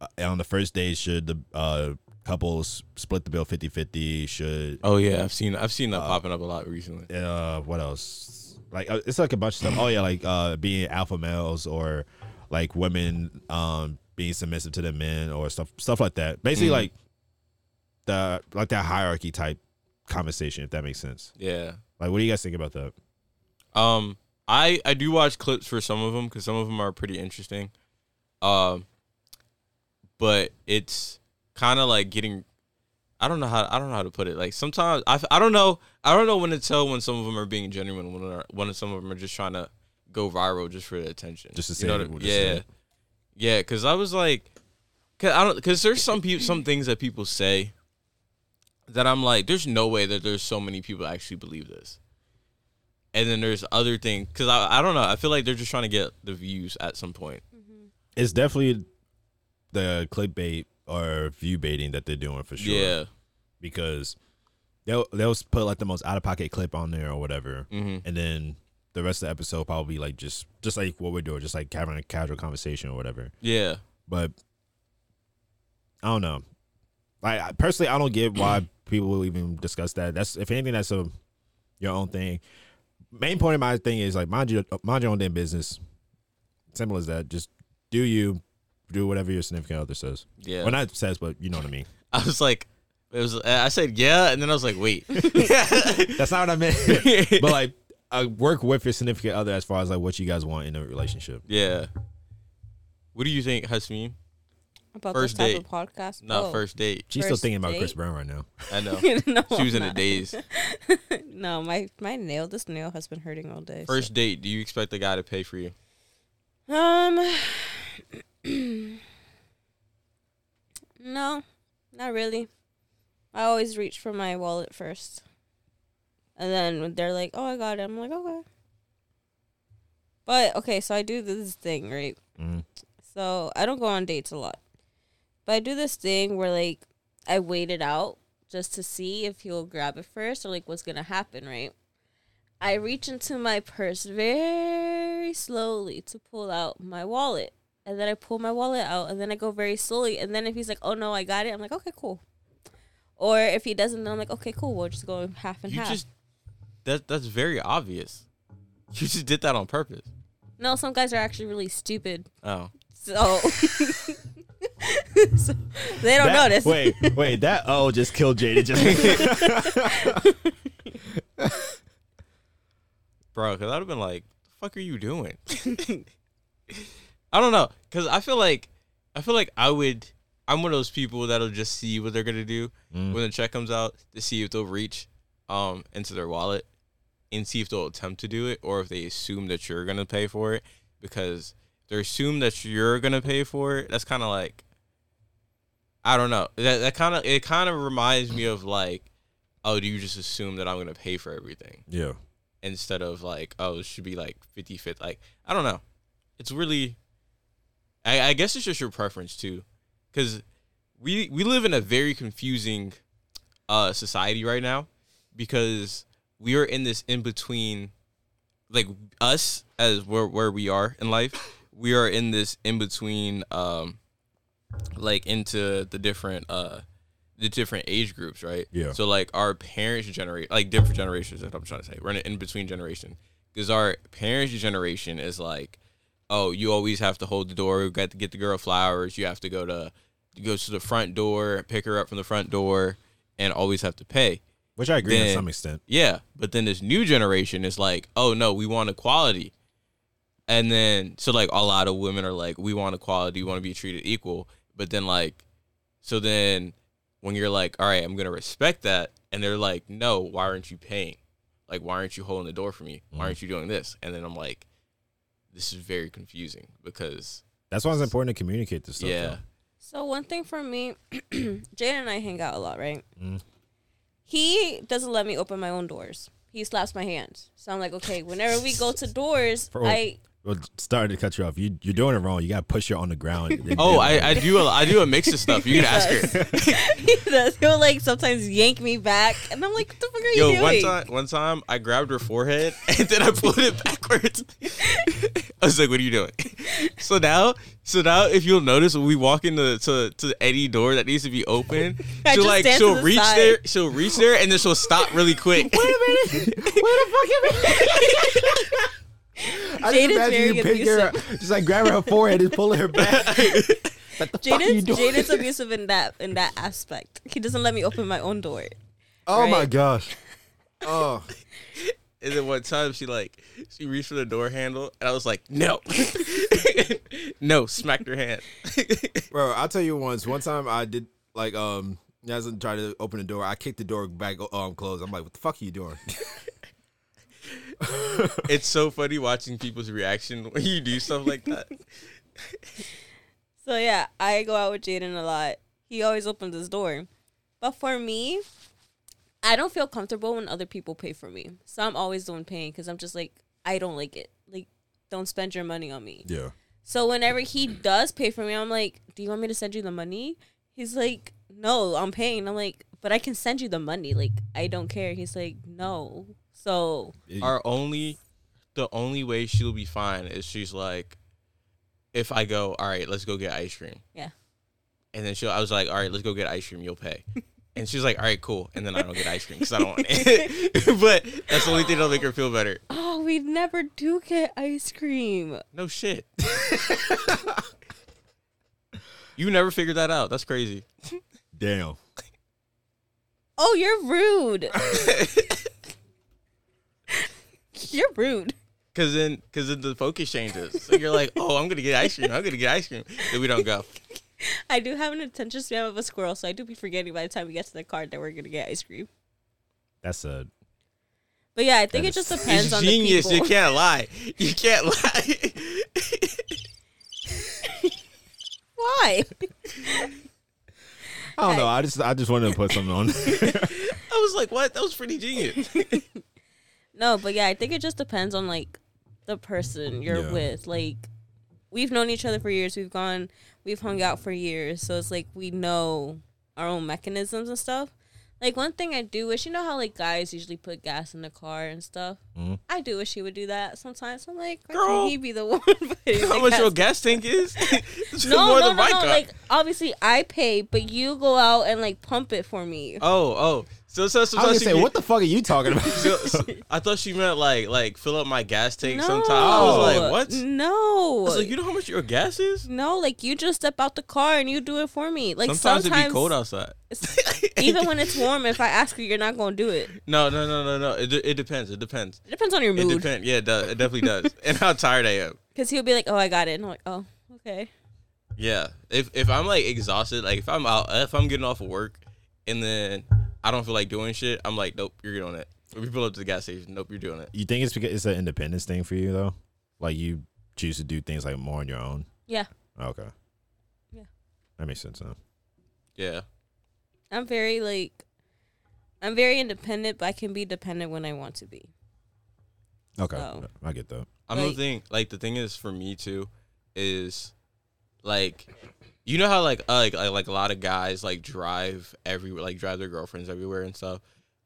B: uh, on the first day should the uh couples split the bill 50-50 should
D: Oh yeah, I've seen I've seen that popping up a lot recently.
B: uh what else like uh, it's like a bunch of stuff oh yeah like uh being alpha males or like women um being submissive to the men or stuff stuff like that basically
D: Mhm.
B: like the like that hierarchy type conversation if that makes sense
D: Yeah.
B: like what do you guys think about that
D: Um, I I do watch clips for some of them because some of them are pretty interesting. Um, but it's kind of like getting. I don't know how I don't know how to put it. Like sometimes I, I don't know I don't know when to tell when some of them are being genuine when are, when some of them are just trying to go viral just for the attention.
B: Just to say
D: you
B: it,
D: know what I-
B: we'll just say
D: yeah,
B: it.
D: yeah. Because I was like, cause I don't because there's some people some things that people say that I'm like, there's no way that there's so many people actually believe this and then there's other things because I, I don't know i feel like they're just trying to get the views at some point
B: it's definitely the clickbait or view baiting that they're doing for sure
D: yeah
B: because they'll they'll put like the most out of pocket clip on there or whatever, and then the rest of the episode probably like just just like what we're doing, just like having a casual conversation or whatever.
D: yeah
B: But I don't know. Like I, personally, I don't get why people will even discuss that. That's if anything, that's a your own thing. Main point of my thing is like mind your mind your own damn business. Simple as that. Just do you. do whatever your significant other says.
D: Yeah.
B: Well, not says, but you know what I mean.
D: I was like, it was. I said yeah, and then I was like, wait.
B: That's not what I meant. but like, I work with your significant other as far as like what you guys want in a relationship.
D: yeah. What do you think, Hasmeen?
C: About
D: First
C: this
D: date.
C: type of podcast.
D: Not
C: Oh.
D: first date.
B: She's still
C: First
B: thinking about Chris
C: date?
B: Brown right now.
D: I know.
C: no,
D: She was
C: I'm
D: in a
C: not.
D: daze.
C: No, my my nail. This nail has been hurting all day. so-
D: First date. Do you expect the guy to pay for you?
C: Um. no, not really. I always reach for my wallet first, and then when they're like, "Oh, I got it," I'm like, "Okay." But okay, so I do this thing, right?
B: Mhm.
C: So I don't go on dates a lot, but I do this thing where like I wait it out just to see if he'll grab it first or like what's gonna happen, right? I reach into my purse very slowly to pull out my wallet. And then I pull my wallet out and then I go very slowly. And then if he's like, oh no, I got it, I'm like, okay, cool. Or if he doesn't, then I'm like, okay, cool, we'll just go half and
D: You
C: half.
D: just that that's very obvious. You just did that on purpose.
C: no, some guys are actually really stupid.
D: Oh,
C: So, So, they don't
B: That-
C: notice.
B: Wait, wait, that oh just killed Jada. Just
D: bro, because I'd have been like, "The fuck are you doing?" I don't know, because I feel like I feel like I would. I'm one of those people that'll just see what they're gonna do when the check comes out to see if they'll reach um into their wallet and see if they'll attempt to do it or if they assume that you're gonna pay for it because if they assume that you're gonna pay for it. That's kind of like I don't know. That that kind of it kind of reminds me of like, oh, do you just assume that I'm gonna pay for everything?
B: yeah.
D: instead of like oh it should be like 50 50 like i don't know it's really i, I guess it's just your preference too because we we live in a very confusing uh society right now because we are in this in between like us as where where we are in life we are in this in between um like into the different uh the different age groups right
B: Yeah.
D: so like our parents generation like different generations that's what i'm trying to say we're in an in between generation because our parents generation is like oh you always have to hold the door you got to get the girl flowers you have to go to you go to the front door pick her up from the front door and always have to pay
B: Which I agree to
D: Then-
B: some extent.
D: yeah, but then this new generation is like, oh no, we want equality. And then so like a lot of women are like, we want equality, we want to be treated equal. But then like, so then when you're like, all right, I'm gonna respect that, and they're like, no, why aren't you paying? Like, why aren't you holding the door for me? Why aren't you doing this? And then I'm like, this is very confusing because
B: That's why it's important to communicate this stuff.
D: yeah,
C: So one thing for me, Jaden and I hang out a lot, right?
B: Mm.
C: He doesn't let me open my own doors. He slaps my hand. So I'm like, okay, whenever we go to doors,
B: Bro.
C: I
B: Well, started to cut you off. You you're doing it wrong. You got to push her on the ground.
D: oh, I, I do a, I do a mix of stuff. You can ask her.
C: he does. He'll like sometimes yank me back, and I'm like, "What the fuck are you
D: Yo,
C: doing?"
D: one time, one time, I grabbed her forehead and then I pulled it backwards. I was like, "What are you doing?" So now, so now, if you'll notice, when we walk into to, to any door that needs to be open,
C: I
D: she'll
C: just
D: like
C: stand to
D: she'll
C: the
D: reach
C: side.
D: there, she'll reach there, and then she'll stop really quick.
B: I
C: Jada's very
B: her, just like grabbing her forehead and pulling her back. you
C: Jaden's,
B: doing?
C: Jaden's abusive in that in that aspect. He doesn't let me open my own door.
B: Oh
C: Right.
B: gosh. Oh,
D: And then one time, she like she reached for the door handle, and I was like, "No, no!" Smacked her hand.
E: Bro, I'll tell you once. One time I did like um Yasmin tried to open the door. I kicked the door back um closed. I'm like, what the fuck are you doing?
D: it's so funny watching people's reaction when you do stuff like that.
C: So yeah, I go out with Jaden a lot. He always opens his door. But for me, I don't feel comfortable when other people pay for me. So I'm always the one paying because I'm just like, I don't like it. Like, don't spend your money on me.
B: yeah.
C: So whenever he does pay for me, I'm like, do you want me to send you the money? He's like, no, I'm paying. I'm like, but I can send you the money. Like, I don't care. He's like, no. So
D: our only the only way she'll be fine is she's like if i go all right let's go get ice cream
C: yeah.
D: and then she'll i was like all right let's go get ice cream you'll pay and she's like all right cool and then i don't get ice cream because i don't want it but that's the only thing that'll make her feel better
C: Oh, we never do get ice cream.
D: no shit You never figured that out. That's crazy.
B: Damn.
C: Oh, you're rude. you're rude.
D: Cause then, cause then the focus changes. So you're like, oh, I'm gonna get ice cream. I'm gonna get ice cream. Then we don't go.
C: I do have an attention span of a squirrel, so I do be forgetting by the time we get to the card that we're gonna get ice cream.
B: That's a
C: But yeah, I think
B: That
C: it just depends
D: It's
C: on
D: genius.
C: the
D: You
C: people.
D: can't lie. You can't lie.
C: Why?
B: I don't know. I just I just wanted to put something on.
D: I was like, what? That was pretty genius.
C: No, but yeah, I think it just depends on like the person you're
B: Yeah.
C: with. Like we've known each other for years. We've gone we've hung out for years. So it's like we know our own mechanisms and stuff. Like one thing I do wish you know how like guys usually put gas in the car and stuff.
B: Mhm.
C: I do wish he would do that sometimes. I'm like, why
D: Mm-hmm. Girl.
C: can't he be the one? putting the
D: How much
C: gas
D: your gas tank is? It's
C: no,
D: more
C: no,
D: than
C: no,
D: my
C: no.
D: car.
C: Like obviously I pay, but you go out and like pump it for me.
D: oh, oh. So, so
B: I was
D: sometimes
B: gonna say,
D: you-
B: what the fuck are you talking about?
D: So- so- I thought she meant like like fill up my gas tank
C: no,
D: sometimes. I was like, what? I
C: No,
D: was like, you know how much your gas is?
C: no, like you just step out the car and you do it for me. Like
D: sometimes,
C: sometimes,
D: it it be cold outside.
C: even when it's warm, if I ask you, you're not gonna do it.
D: No, no, no, no, no. It, de- it depends. It depends.
C: It depends on your
D: It
C: mood.
D: depends. Yeah, it, does. it definitely does. And how tired I am.
C: Because he'll be like, "Oh, I got it," and I'm like, "Oh, okay."
D: Yeah. If if I'm like exhausted, like if I'm out, if I'm getting off of work, and then I don't feel like doing shit, I'm like, nope, you're doing it. If you pull up to the gas station, nope, you're doing it.
B: You think it's because it's an independence thing for you though? Like you choose to do things like more on your own.
C: Yeah,
B: Okay.
C: Yeah.
B: That makes sense. Huh?
D: Yeah.
C: I'm very like, I'm very independent, but I can be dependent when I want to be.
B: Okay.
C: So-
B: I get that.
D: I'm not
C: Like-
D: thing like the thing is for me too, is like you know how like uh, like like, like a lot of guys like drive everywhere like drive their girlfriends everywhere and stuff.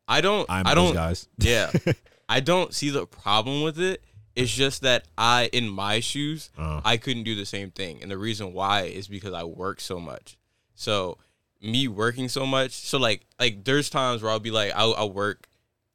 D: I don't
B: I'm
D: I'm I do
B: those
D: not
B: guys.
D: yeah. I don't see the problem with it. It's just that I in my shoes
C: Uh-huh.
B: Uh,
D: I couldn't do the same thing. And the reason why is because I work so much. So me working so much, so like like there's times where I'll be like I'll, I'll work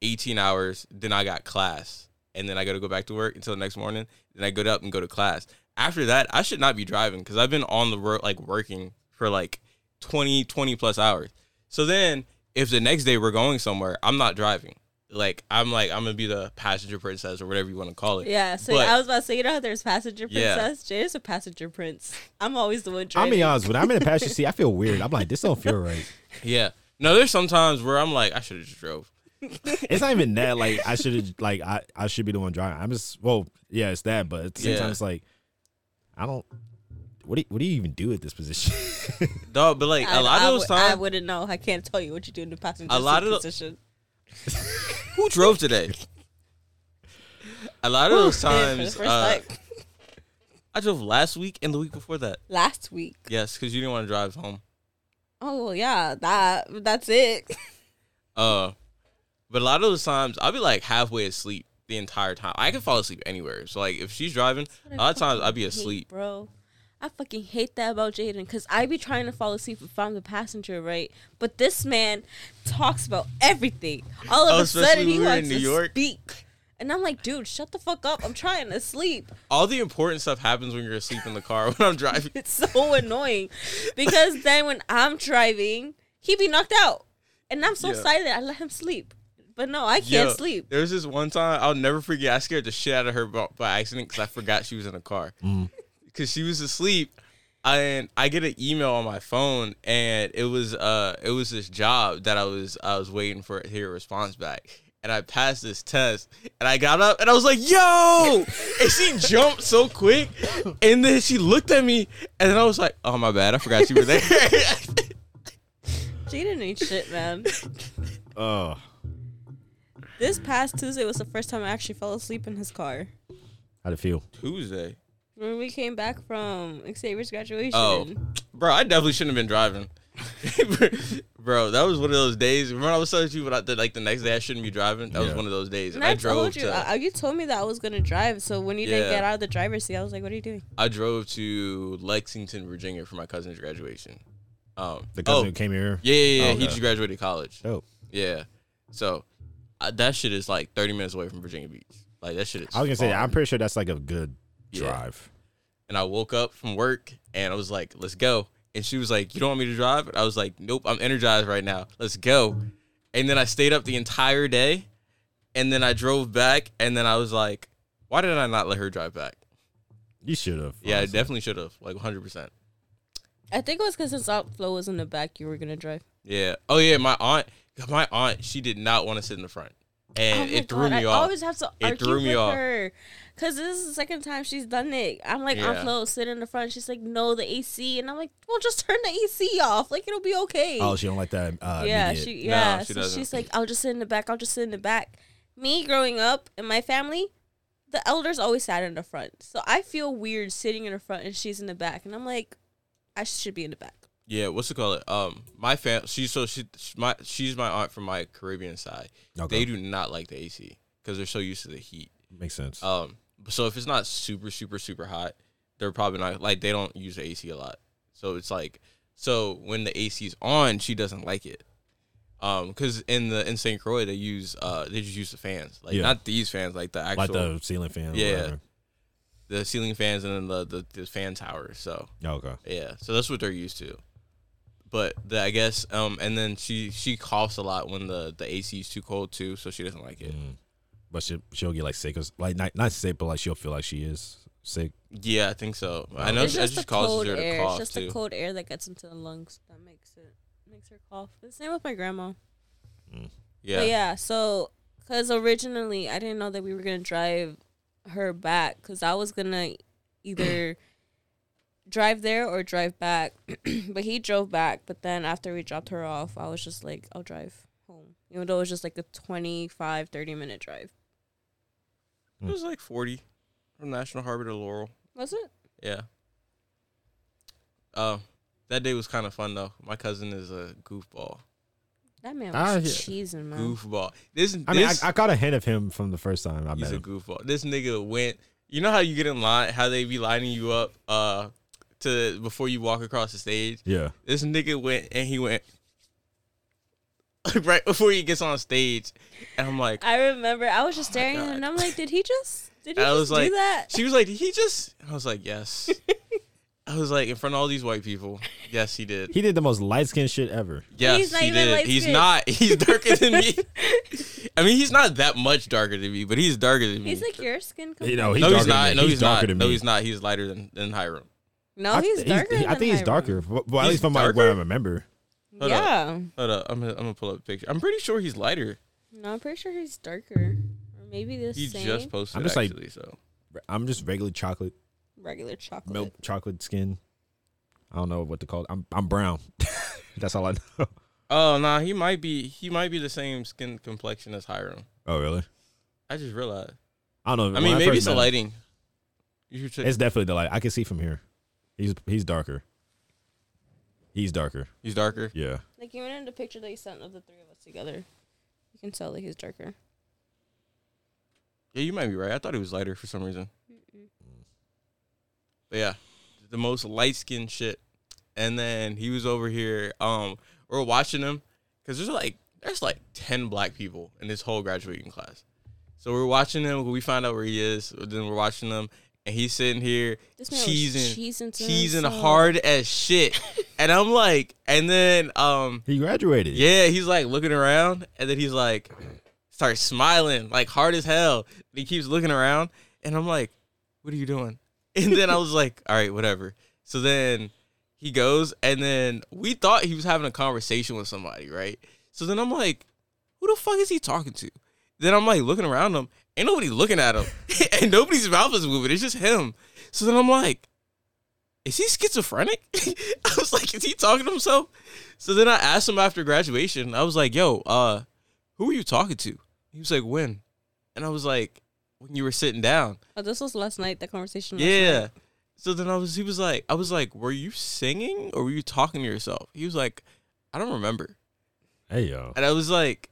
D: 18 hours, then I got class, and then I got to go back to work until the next morning. Then I get up and go to class. After that, I should not be driving because I've been on the road like working for like 20 20 plus hours. So then if the next day we're going somewhere, I'm not driving. Like I'm like I'm gonna be the passenger princess or whatever you want to call it.
C: Yeah, so
D: But-
C: I was about to say, you know how there's passenger
D: Yeah.
C: princess? Jay is a passenger prince. I'm always the one
B: I'll
C: driving.
B: be honest. When I'm in the passenger seat, I feel weird. I'm like, this don't feel right.
D: Yeah. No, there's sometimes where I'm like, I should have just drove.
B: It's not even that. Like I should like I, I should be the one driving. I'm just well, yeah, it's that. But at the same
D: Yeah.
B: time, it's like I don't. What do you, what do you even do at this position?
D: Dog, but like
C: I-
D: a lot
C: I
D: of those
C: would- I
D: times,
C: wouldn't know. I can't tell you what you do in the passenger
D: A lot
C: seat
D: of the-
C: position.
D: who drove today? a lot of those
C: Yeah, for the
D: times,
C: first
D: uh,
C: time.
D: I drove last week and the week before that.
C: last week.
D: Yes, because you didn't want to drive home.
C: Oh well, yeah, that that's it.
D: Uh, but a lot of those times, I'll be like halfway asleep the entire time. I can fall asleep anywhere. So like, if she's driving, a lot of times I'll be
C: Hate,
D: asleep.
C: bro. I fucking hate that about Jaden because I be trying to fall asleep if I'm the passenger, right? But this man talks about everything. All of
D: Oh,
C: a
D: especially
C: sudden,
D: when
C: he
D: we were in
C: wants
D: New
C: to
D: York.
C: speak, and I'm like, dude, shut the fuck up! I'm trying to sleep.
D: All the important stuff happens when you're asleep in the car when I'm driving.
C: It's so annoying because then when I'm driving, he be knocked out, and I'm so
D: Yeah.
C: silent. I let him sleep, but no, I
D: Yo,
C: can't sleep.
D: There was this one time I'll never forget. I scared the shit out of her by, by accident because I forgot she was in a car because she was asleep. And I get an email on my phone, and it was uh it was this job that I was I was waiting for to hear a response back, and I passed this test, and I got up and I was like, "Yo!" and she jumped so quick, and then she looked at me, and then I was like, "Oh my bad, I forgot you were there."
C: Jaden ain't shit, man.
B: Oh,
C: This past Tuesday was the first time I actually fell asleep in his car.
B: how'd it feel?
D: Tuesday,
C: When we came back from Xavier's graduation.
D: Oh, bro, I definitely shouldn't have been driving. bro, that was one of those days. Remember, I was telling you about the, like the next day I shouldn't be driving. That was
B: Yeah.
D: one of those days.
C: And
D: I,
C: I,
D: drove
C: told you,
D: to
C: I, you told me that I was gonna drive. So when you
D: Yeah.
C: didn't get out of the driver's seat, I was like, "What are you doing?"
D: I drove to Lexington, Virginia for my cousin's graduation. Um,
B: The cousin
D: oh,
B: who came here.
D: yeah, yeah,
B: Oh,
D: yeah. He
B: okay.
D: just graduated college.
B: Dope.
D: Yeah, so uh, that shit is like 30 minutes away from Virginia Beach. Like that shit is.
B: I was gonna say,
D: far.
B: I'm pretty sure that's like a good
D: Oh. Yeah.
B: drive.
D: and I woke up from work and I was like, let's go. and she was like, "You don't want me to drive?" And I was like, "Nope, I'm energized right now. Let's go." And then I stayed up the entire day, and then I drove back, and then I was like, "Why did I not let her drive back?"
B: You should have.
D: Yeah, I definitely should have, like 100. percent
C: I think it was because since outflow was in the back, you were gonna drive.
D: Yeah. Oh yeah, my aunt, my aunt, she did not want to sit in the front, and
C: Oh my
D: it threw
C: God,
D: me
C: I
D: off.
C: always have to
D: It
C: argue
D: threw me
C: with
D: off.
C: her because this is the second time she's done it. I'm like,
D: Yeah.
C: on flow, sit in the front. She's like, no, the AC, and I'm like, well, just turn the AC off. Like it'll be okay.
B: Oh, she don't like that. Uh,
C: yeah,
B: immediate.
C: she yeah.
D: she
C: so
D: doesn't.
C: she's like, I'll just sit in the back. I'll just sit in the back. Me growing up in my family, the elders always sat in the front, so I feel weird sitting in the front and she's in the back, and I'm like, I should be in the back.
D: Yeah, what's it called? Um, my fam, she's so she, she my she's my aunt from my Caribbean side.
B: Okay.
D: They do not like the AC because they're so used to the heat.
B: makes sense.
D: Um, so if it's not super super super hot, they're probably not like they don't use the AC a lot. So it's like so when the AC's on, she doesn't like it. Um, because in the in Saint Croix they use uh they just use the fans like
B: Yeah.
D: not these fans like the actual
B: like the ceiling fan. or
D: Yeah.
B: whatever.
D: the ceiling fans and then the, the the fan tower. So
B: Oh, okay.
D: yeah, so that's what they're used to. But the, I guess, um, and then she she coughs a lot when the the AC is too cold too, so she doesn't like
C: Mm.
D: it.
B: Mm. But she she'll get like sick. Or, s- like not not sick, but like she'll feel like she is sick.
D: Yeah, I think so. I know
C: it's
D: she- it
C: just
D: just,
C: the cold
D: causes her to
C: air.
D: cough
C: it's just
D: too.
C: the cold air that gets into the lungs that makes it makes her cough. The same with my grandma.
D: yeah,
C: But yeah, so because originally I didn't know that we were gonna drive her back because I was gonna either drive there or drive back, but he drove back. But then after we dropped her off, I was just like, I'll drive home, even though it was just like a 25, 30 minute drive.
D: it was like forty from National Harbor to Laurel.
C: Was it?
D: Yeah. Uh, that day was kind of fun though. My cousin is a goofball.
C: That man
B: Ah,
C: was
B: yeah.
C: cheesing, man.
D: Goofball. This
B: I mean,
D: this-
B: I, I got a hint of him from the first time I met
D: He's a
B: him.
D: goofball. This nigga went. You know how you get in line, how they be lining you up uh to before you walk across the stage.
B: yeah.
D: This nigga went and he went right before he gets on stage, and I'm like,
C: I remember I was just staring at him
D: Oh God.
C: and I'm like, did he just did he
D: I
C: just
D: was like,
C: do that?
D: she was like, did he just? I was like, yes. I was like, in front of all these white people, yes, he did.
B: He did the most light skinned shit ever.
D: Yes,
C: He's not
D: he
C: even
D: did. He's
C: light-skinned.
D: not. He's darker than me. I mean, he's not that much darker than me, but he's darker than me.
C: He's like your skin complexion.
B: You know, Oh, he's
D: no, he's
B: darker than
D: not.
B: me.
D: No, he's,
B: darker
D: not.
B: Than
D: No,
B: me.
D: he's not. He's lighter than than Hiram. Oh,
C: no, he's
B: I, I
C: darker.
B: think
C: than
B: he's
C: Hiram.
B: darker. Well, well, at
D: He's
B: least from like where I
D: darker?
B: remember.
D: Hold up.
C: yeah.
D: Hold up, uh, I'm gonna, I'm gonna pull up a picture. I'm pretty sure he's lighter.
C: No, I'm pretty sure he's darker. Or maybe the
D: He
C: same
D: just posted
B: I'm just like-
D: actually, so
B: I'm just regular chocolate,
C: regular chocolate.
B: milk chocolate skin. I don't know what to call it. I'm I'm brown. That's all I know.
D: oh nah, he might be he might be the same skin complexion as Hiram.
B: Oh really?
D: I just realized.
B: I don't know.
D: I
B: When
D: mean, maybe
B: first
D: it's the
B: met him,
D: lighting. You should check.
B: It's definitely the light. I can see from here. He's he's darker. He's darker.
D: he's darker.
B: Yeah.
C: Like even in the picture that you sent of the three of us together, you can tell that he's darker.
D: Yeah, you might be right. I thought he was lighter for some reason. But yeah, the most light skinned shit. And then he was over here. Um, we're watching him because there's like there's like ten black people in this whole graduating class. So we're watching him. We find out where he is. Then we're watching him, and he's sitting here
C: This man was
D: cheesing,
C: cheesing to
D: cheesing
C: himself.
D: hard as shit. and I'm like, and then um,
B: He graduated.
D: yeah, he's like looking around, and then he's like, starts smiling like hard as hell. And he keeps looking around, and I'm like, "What are you doing?" And then I was like, "All right, whatever." So then he goes, and then we thought he was having a conversation with somebody, right? So then I'm like, "Who the fuck is he talking to?" Then I'm like looking around him, ain't nobody looking at him, and nobody's mouth is moving. It's just him. So then I'm like, is he schizophrenic? I was like, is he talking to himself? So then I asked him after graduation. I was like, yo, uh, who were you talking to? He was like, when? And I was like, when you were sitting down.
C: Oh, this was last night. That conversation. last
D: yeah.
C: night.
D: So then I was, he was like, I was like, were you singing or were you talking to yourself? He was like, I don't remember.
B: Hey yo.
D: And I was like,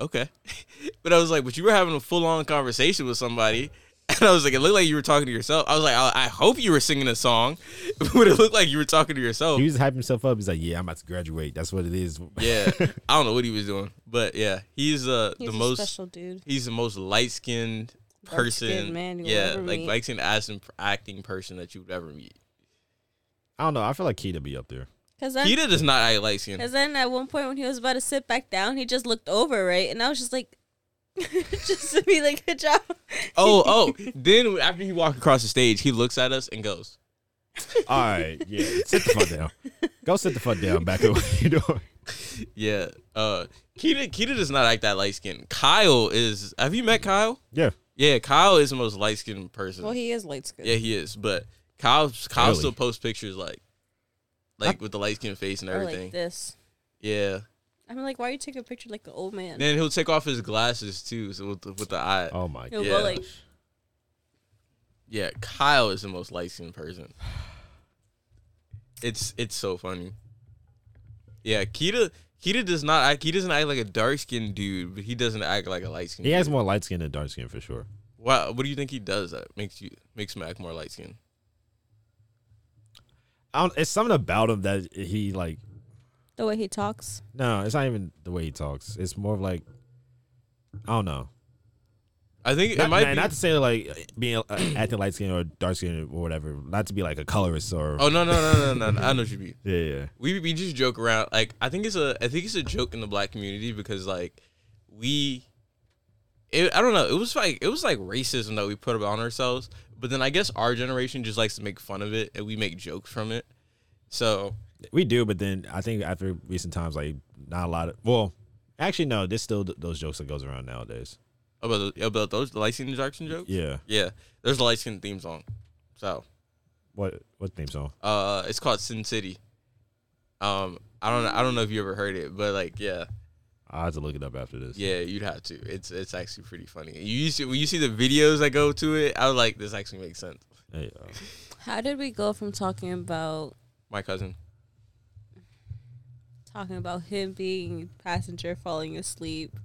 D: okay. but I was like, but you were having a full on conversation with somebody. And I was like, it looked like you were talking to yourself. I was like, I, I hope you were singing a song, but it looked like you were talking to yourself.
B: He was hyping himself up. He's like, "Yeah, I'm about to graduate. That's what it is."
D: yeah, I don't know what he was doing, but yeah, he's uh,
C: He's
D: the
C: a
D: most
C: special dude.
D: he's the most light skinned
C: Dark-skinned
D: person.
C: man you'll
D: yeah,
C: ever
D: like
C: meet.
D: light skinned acting acting person that you would ever meet.
B: I don't know. I feel like Keita be up there.
C: Because then,
D: Keita does not act light skin.
C: cause then at one point when he was about to sit back down, he just looked over, right? And I was just like, just to be like, good job.
D: Oh, oh. Then after he walked across the stage, he looks at us and goes,
B: All right, yeah. Sit the fuck down. Go sit the fuck down. Back away. You know.
D: "Yeah, uh, Keita, Keita does not act that light skinned Kyle is. Have you met Kyle?
B: Yeah.
D: Yeah, Kyle is the most light skinned person.
C: Mm-hmm. Well, he is light skinned.
D: yeah, he is. But Kyle, Kyle
B: Really?
D: still posts pictures like, like with the light skinned face and
C: or
D: everything.
C: like this.
D: yeah.
C: I'm like, why are you taking a picture like an old man?
D: Then he'll take off his glasses too, so with the, with the eye.
B: Oh my
C: He'll
B: god.
C: go like,
D: Yeah, Kyle is the most light skinned person. It's it's so funny. Yeah, Kita Kita does not act he doesn't act like a dark skinned dude, but he doesn't act like a light skinned
B: He has more light skin than dark skin for sure.
D: Why, what do you think he does that makes you makes him act more light skinned?
B: I don't, it's something about him that he like.
C: the way he talks.
B: No, it's not even the way he talks. It's more of like. I don't know.
D: I think
B: Not,
D: it might
B: not,
D: be
B: not to say like being uh, acting light skin or dark skin or whatever. Not to be like a colorist or.
D: Oh no no no no no, no I know what you mean.
B: Yeah, yeah.
D: we we just joke around. Like I think it's a I think it's a joke in the black community because like we, it, I don't know. It was like it was like racism that we put on ourselves. But then I guess our generation just likes to make fun of it and we make jokes from it. So
B: We do, but then I think after recent times, like not a lot of. Well, actually, no. There's still th- those jokes that goes around nowadays.
D: about the, about those the light skin Jackson jokes.
B: Yeah.
D: yeah. There's a light skin theme song. So
B: What what theme song?
D: uh, it's called Sin City. Um, I don't know. I don't know if you ever heard it, but like yeah.
B: I have to look it up after this.
D: Yeah, you'd have to. It's it's actually pretty funny. You see, when you see the videos that go to it, I was like, this actually makes sense.
B: Hey, uh,
C: How did we go from talking about
D: My cousin.
C: talking about him being passenger falling asleep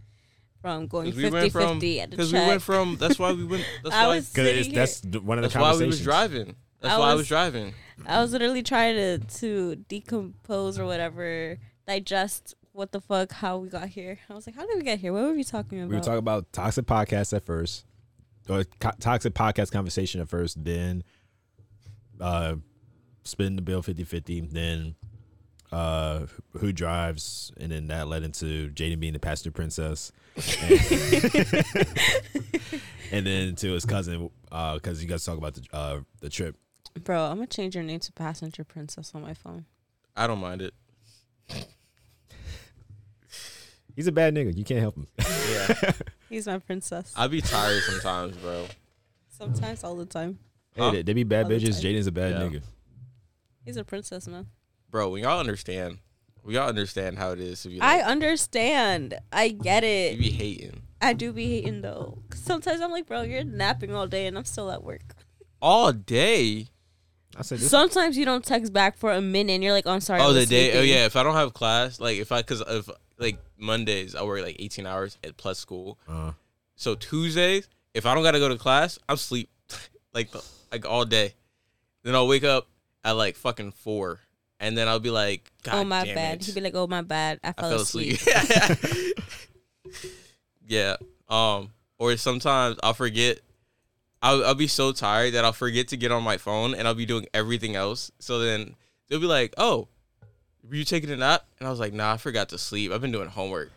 C: from going
D: 'Cause
C: 50 50 at the check?
D: we went from. That's why we went. That's
C: I
D: why.
C: was
B: Cause it's,
C: sitting here.
B: that's th- one of the
D: that's why we was
B: conversations.
D: driving. That's
C: I
D: why I
C: was-
D: was driving.
C: I was literally trying to to decompose or whatever, digest what the fuck how we got here. I was like, how did we get here? What were we talking about?
B: We were talking about toxic podcasts at first, or co- toxic podcast conversation at first, then uh, spin the bill 50-50, then uh, who drives, and then that led into Jaden being the passenger princess, and, and then to his cousin because you guys talk about the uh, the trip.
C: Bro, I'm gonna change your name to Passenger Princess on my phone.
D: I don't mind it.
B: He's a bad nigga. You can't help him.
D: Yeah,
C: He's my princess.
D: I be tired sometimes, bro.
C: Sometimes, all the time.
D: Huh?
B: Hey, they, they be bad
C: All the
B: bitches.
C: time.
B: Jaden's a bad
D: Yeah.
B: nigga.
C: He's a princess, man.
D: Bro, we all understand. We all understand how it is to be.
C: I
D: Like,
C: understand. I get
D: you
C: it.
D: be hating
C: I do be hating though. 'Cause Sometimes I'm like, bro, you're napping all day and I'm still at work.
D: all day.
B: I said this.
C: Sometimes you don't text back for a minute and you're like, oh, I'm sorry. I
D: Oh, the
C: was
D: day. Oh
C: sleeping.
D: yeah. If I don't have class, like if I, cause if like Mondays I work like eighteen hours at plus school.
B: Uh,
D: So Tuesdays, if I don't gotta go to class, I'm sleep like the, like all day. Then I'll wake up at like fucking four, and then I'll be like, God
C: oh, my
D: damn
C: bad.
D: It.
C: He'd be like, oh, my bad. I
D: I
C: fell, asleep.
D: yeah. Um. Or sometimes I'll forget. I'll, I'll be so tired that I'll forget to get on my phone, and I'll be doing everything else. So then they'll be like, "Oh, were you taking a nap?" And I was like, "Nah, I forgot to sleep. I've been doing homework."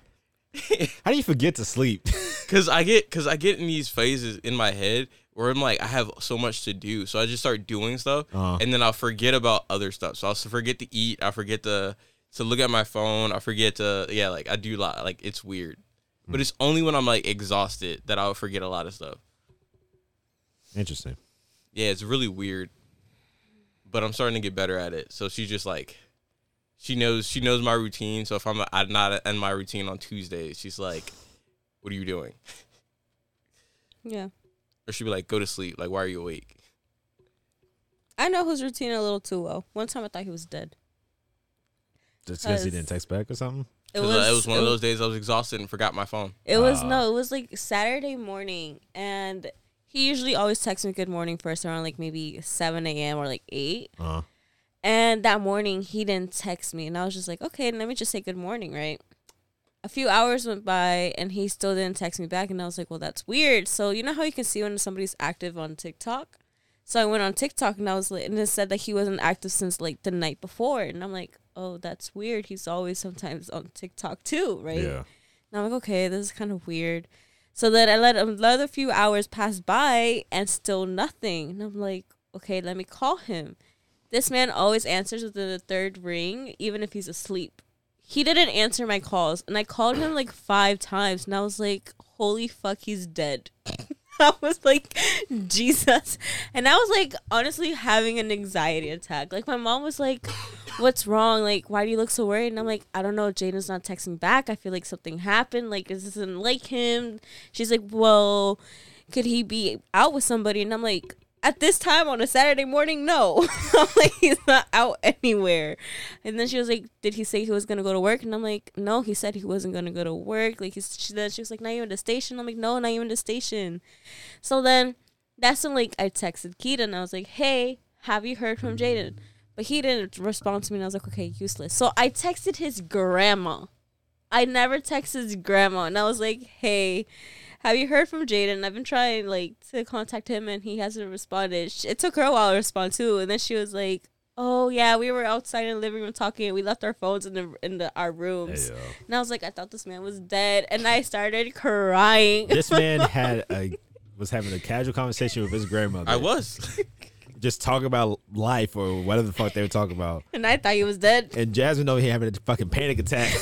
B: how do you forget to sleep?
D: Cause I get, cause I get in these phases in my head where I'm like, I have so much to do, so I just start doing stuff,
B: Uh-huh.
D: and then I'll forget about other stuff. So I'll s- forget to eat, I forget to to look at my phone, I forget to, yeah, like I do a lot. Like it's weird, but it's only when I'm like exhausted that I'll forget a lot of stuff.
B: Interesting.
D: Yeah, it's really weird, but I'm starting to get better at it. So she's just like, she knows she knows my routine. So if I'm, I'm not in my routine on Tuesdays, she's like, "What are you doing?"
C: Yeah.
D: Or she'd be like, "Go to sleep. Like, why are you awake?"
C: I know his routine a little too well. One time I thought he was dead.
B: Just because he
C: Because-
B: didn't text back or something.
C: It
D: 'Cause, uh,
C: was,
D: it was one of those days I was exhausted and forgot my phone.
C: It was
B: Ah.
C: no, it was like Saturday morning, and he usually always texts me good morning first around like maybe seven a.m. or like eight.
B: Uh,
C: And that morning he didn't text me, and I was just like, okay, let me just say good morning, right? A few hours went by, and he still didn't text me back, and I was like, well, that's weird. So you know how you can see when somebody's active on TikTok. So I went on TikTok and I was like, and it said that he wasn't active since like the night before, and I'm like, oh, that's weird. He's always sometimes on TikTok too, right?
B: Yeah.
C: And I'm like, okay, this is kind of weird. So then I let another few hours pass by and still nothing. And I'm like, okay, let me call him. This man always answers within the third ring, even if he's asleep. He didn't answer my calls. And I called him like five times. And I was like, holy fuck, he's dead. I was like, Jesus. And I was like, honestly, having an anxiety attack. Like, my mom was like, What's wrong? Like, why do you look so worried? And I'm like, I don't know. Jada's not texting back. I feel like something happened. Like, this isn't like him. She's like, Well, could he be out with somebody? And I'm like, at this time on a Saturday morning, no. I'm like, he's not out anywhere. And then she was like, Did he say he was gonna go to work? And I'm like, No, he said he wasn't gonna go to work. Like he's she then she was like, Not even the station. I'm like, No, not even the station. So then that's when like I texted Keaton. I was like, Hey, have you heard from Jaden? But he didn't respond to me and I was like, Okay, useless. So I texted his grandma. I never texted his grandma and I was like, Hey, have you heard from Jaden? I've been trying like to contact him and he hasn't responded. Sh- It took her a while to respond too, and then she was like, "Oh yeah, we were outside in the living room talking. and We left our phones in the in the, our rooms."
B: Ayo.
C: And I was like, "I thought this man was dead," and I started crying.
B: This man had a was having a casual conversation with his grandmother.
D: I was.
B: just talking about life or whatever the fuck they were talking about.
C: and I thought he was dead.
B: And Jasmine over here having a fucking panic attack.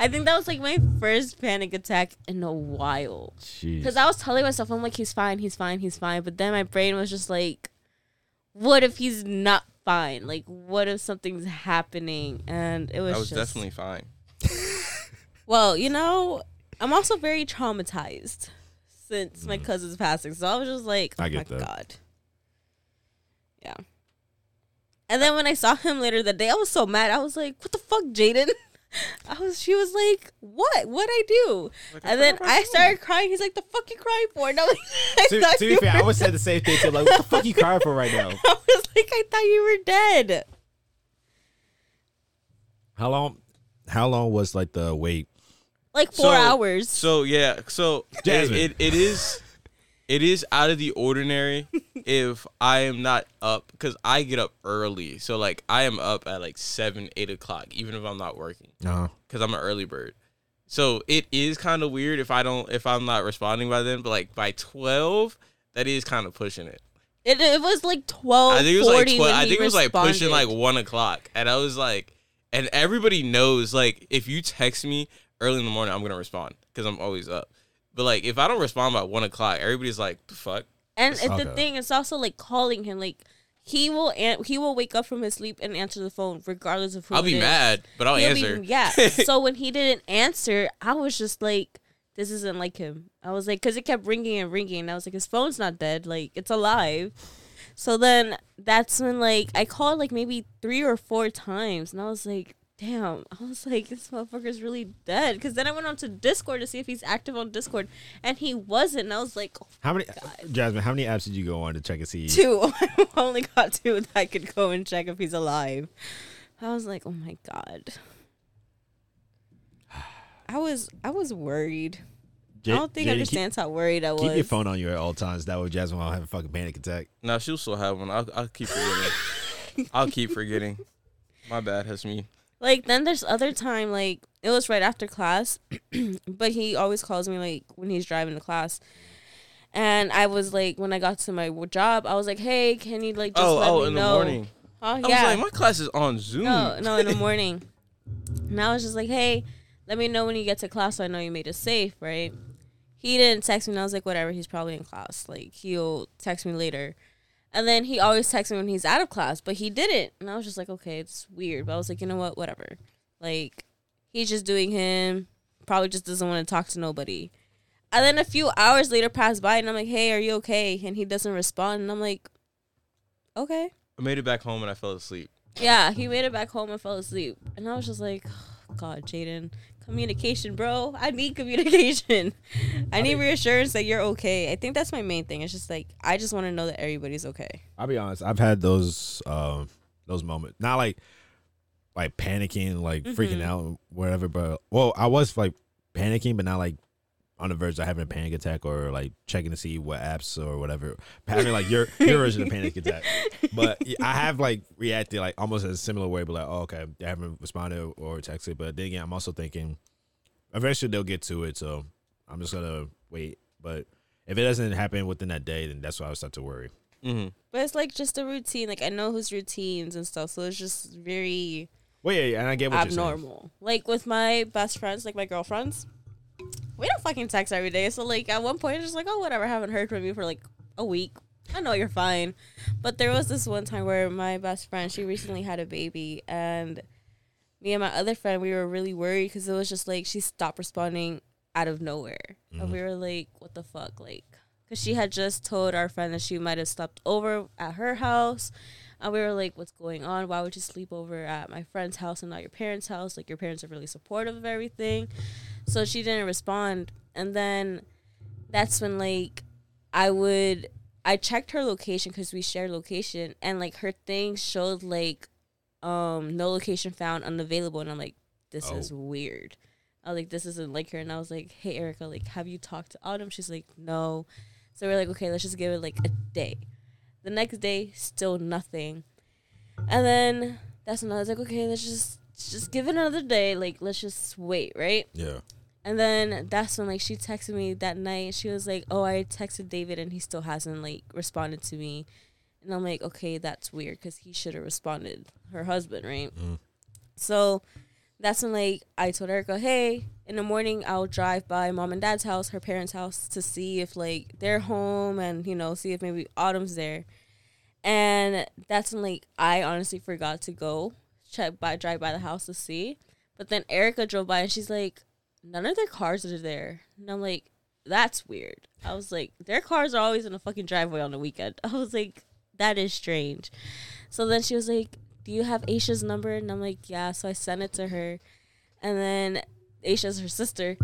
C: I think that was like my first panic attack in a while.
B: Jeez.
C: Because I was telling myself, I'm like, he's fine, he's fine, he's fine. But then my brain was just like, what if he's not fine? Like, what if something's happening? And it was,
D: I was
C: just,
D: definitely fine.
C: Well, you know, I'm also very traumatized since
D: Mm-hmm.
C: my cousin's passing. So I was just like, oh
B: I get
C: my
B: that.
C: God. Yeah. And then when I saw him later that day, I was so mad. I was like, what the fuck, Jaden? I was, she was like, what? What'd I do? and then I started crying. He's like, the fuck you crying for? And I'm like, I
B: To,
C: thought
B: to
C: you
B: be fair, I
C: were-
B: would say the same thing too. Like, what the fuck you crying for right now?
C: I was like, I thought you were dead.
B: How long? How long was like the wait?
C: Like four
D: So-
C: hours.
D: So yeah, so it-
B: Jasmine.
D: It, it is it is out of the ordinary if I am not up because I get up early. So like I am up at like seven, eight o'clock, even if I'm not working
B: No,
D: because I'm an early bird. So it is kind of weird if I don't if I'm not responding by then, but like by twelve, that is kind of pushing it.
C: it, it was like twelve.
D: I think it was like
C: 40
D: twelve.
C: when
D: I
C: he
D: think it was like pushing like
C: responded.
D: one o'clock, and I was like, and everybody knows like if you text me early in the morning, I'm gonna respond because I'm always up. But like if I don't respond by one o'clock, everybody's like, the fuck.
C: And it's the
B: Okay.
C: thing, it's also like calling him. Like he will, an- he will wake up from his sleep and answer the phone, regardless of who.
D: I'll
C: it
D: be
C: is.
D: mad, but I'll
C: He'll be-
D: answer.
C: yeah. so when he didn't answer, I was just like, "This isn't like him." I was like, because it kept ringing and ringing, and I was like, "His phone's not dead. Like it's alive." So then that's when like I called like maybe three or four times, and I was like. Damn, I was like, this motherfucker's really dead. Because then I went on to Discord to see if he's active on Discord, and he wasn't. And I was like,
B: how many? Jasmine, how many apps did you go on to check and see?
C: two. I only got two that I could go and check if he's alive. I was like, oh my god. I was I was worried.
B: J-
C: I don't think
B: Jada,
C: I
B: keep-
C: understands how worried I was.
B: Keep, your phone on you at all times. That way, Jasmine will not have a fucking panic attack.
D: No, she'll still have one. I'll, I'll keep forgetting. I'll keep forgetting. My bad, has me.
C: Like then there's other time like it was right after class, but he always calls me like when he's driving to class. And I was like, when I got to my w- job, I was like, "Hey, can you like just
D: oh,
C: let
D: oh,
C: me
D: in
C: know?"
D: the morning.
C: Huh?
D: I
C: yeah.
D: was like, my class is on Zoom.
C: No, no, in the morning. And I was just like, hey, let me know when you get to class so I know you made it safe, right? He didn't text me, and I was like, whatever, he's probably in class. Like, he'll text me later. And then he always texts me when he's out of class, but he didn't. And I was just like, okay, it's weird. But I was like, you know what, whatever. Like, he's just doing him, probably just doesn't want to talk to nobody. And then a few hours later passed by, and I'm like, hey, are you okay? And he doesn't respond. And I'm like, okay.
D: I made it back home and I fell asleep.
C: Yeah, he made it back home and fell asleep. And I was just like, "Oh, God, Jaden, communication, bro. I need communication. I need reassurance that you're okay. I think that's my main thing. It's just like, I just want to know that everybody's okay.
B: I'll be honest. I've had those um those moments. Not like like panicking, like freaking out, whatever. But well, I was like panicking, but not like on the verge of having a panic attack or like checking to see what apps or whatever having like your your version of panic attack. But yeah, I have like reacted like almost in a similar way, but like, oh okay, they haven't responded or texted. But then again, I'm also thinking eventually they'll get to it, so I'm just gonna wait. But if it doesn't happen within that day, then that's why I would start to worry.
D: Mm-hmm.
C: But it's like just a routine. Like I know whose routines and stuff, so it's just very
B: Well, yeah, yeah, and I get what you're saying.
C: abnormal. Like with my best friends, like my girlfriends, we don't fucking text every day. So like at one point, it's just like oh whatever, I haven't heard from you for like a week. I know you're fine, but there was this one time where my best friend she recently had a baby, and me and my other friend we were really worried because it was just like she stopped responding out of nowhere, and we were like, what the fuck, like. Cause she had just told our friend that she might have slept over at her house, and we were like, what's going on? Why would you sleep over at my friend's house and not your parents' house? Like, your parents are really supportive of everything. So she didn't respond. And then that's when, like, I would, I checked her location because we shared location, and like her thing showed, like, um, no location found, unavailable. And I'm like, this is
B: Oh.
C: weird. I was like, this isn't like her. And I was like, hey, Erica, like, have you talked to Autumn? She's like, no. So we're like, okay, let's just give it like a day. The next day, still nothing. And then that's when I was like, okay, let's just just give it another day. Like, let's just wait, right?
B: Yeah.
C: And then that's when like she texted me that night. She was like, "Oh, I texted David and he still hasn't like responded to me." And I'm like, "Okay, that's weird cuz he should have responded." Her husband, right? So that's when like I told Erica, "Hey, in the morning I'll drive by mom and dad's house, her parents' house to see if like they're home and, you know, see if maybe Autumn's there." And that's when like I honestly forgot to go check by drive by the house to see. But then Erica drove by and she's like, none of their cars are there. And I'm like, that's weird. I was like, their cars are always in the fucking driveway on the weekend. I was like, that is strange. So then she was like, do you have Aisha's number? And I'm like, yeah. So I sent it to her. And then Aisha's her sister.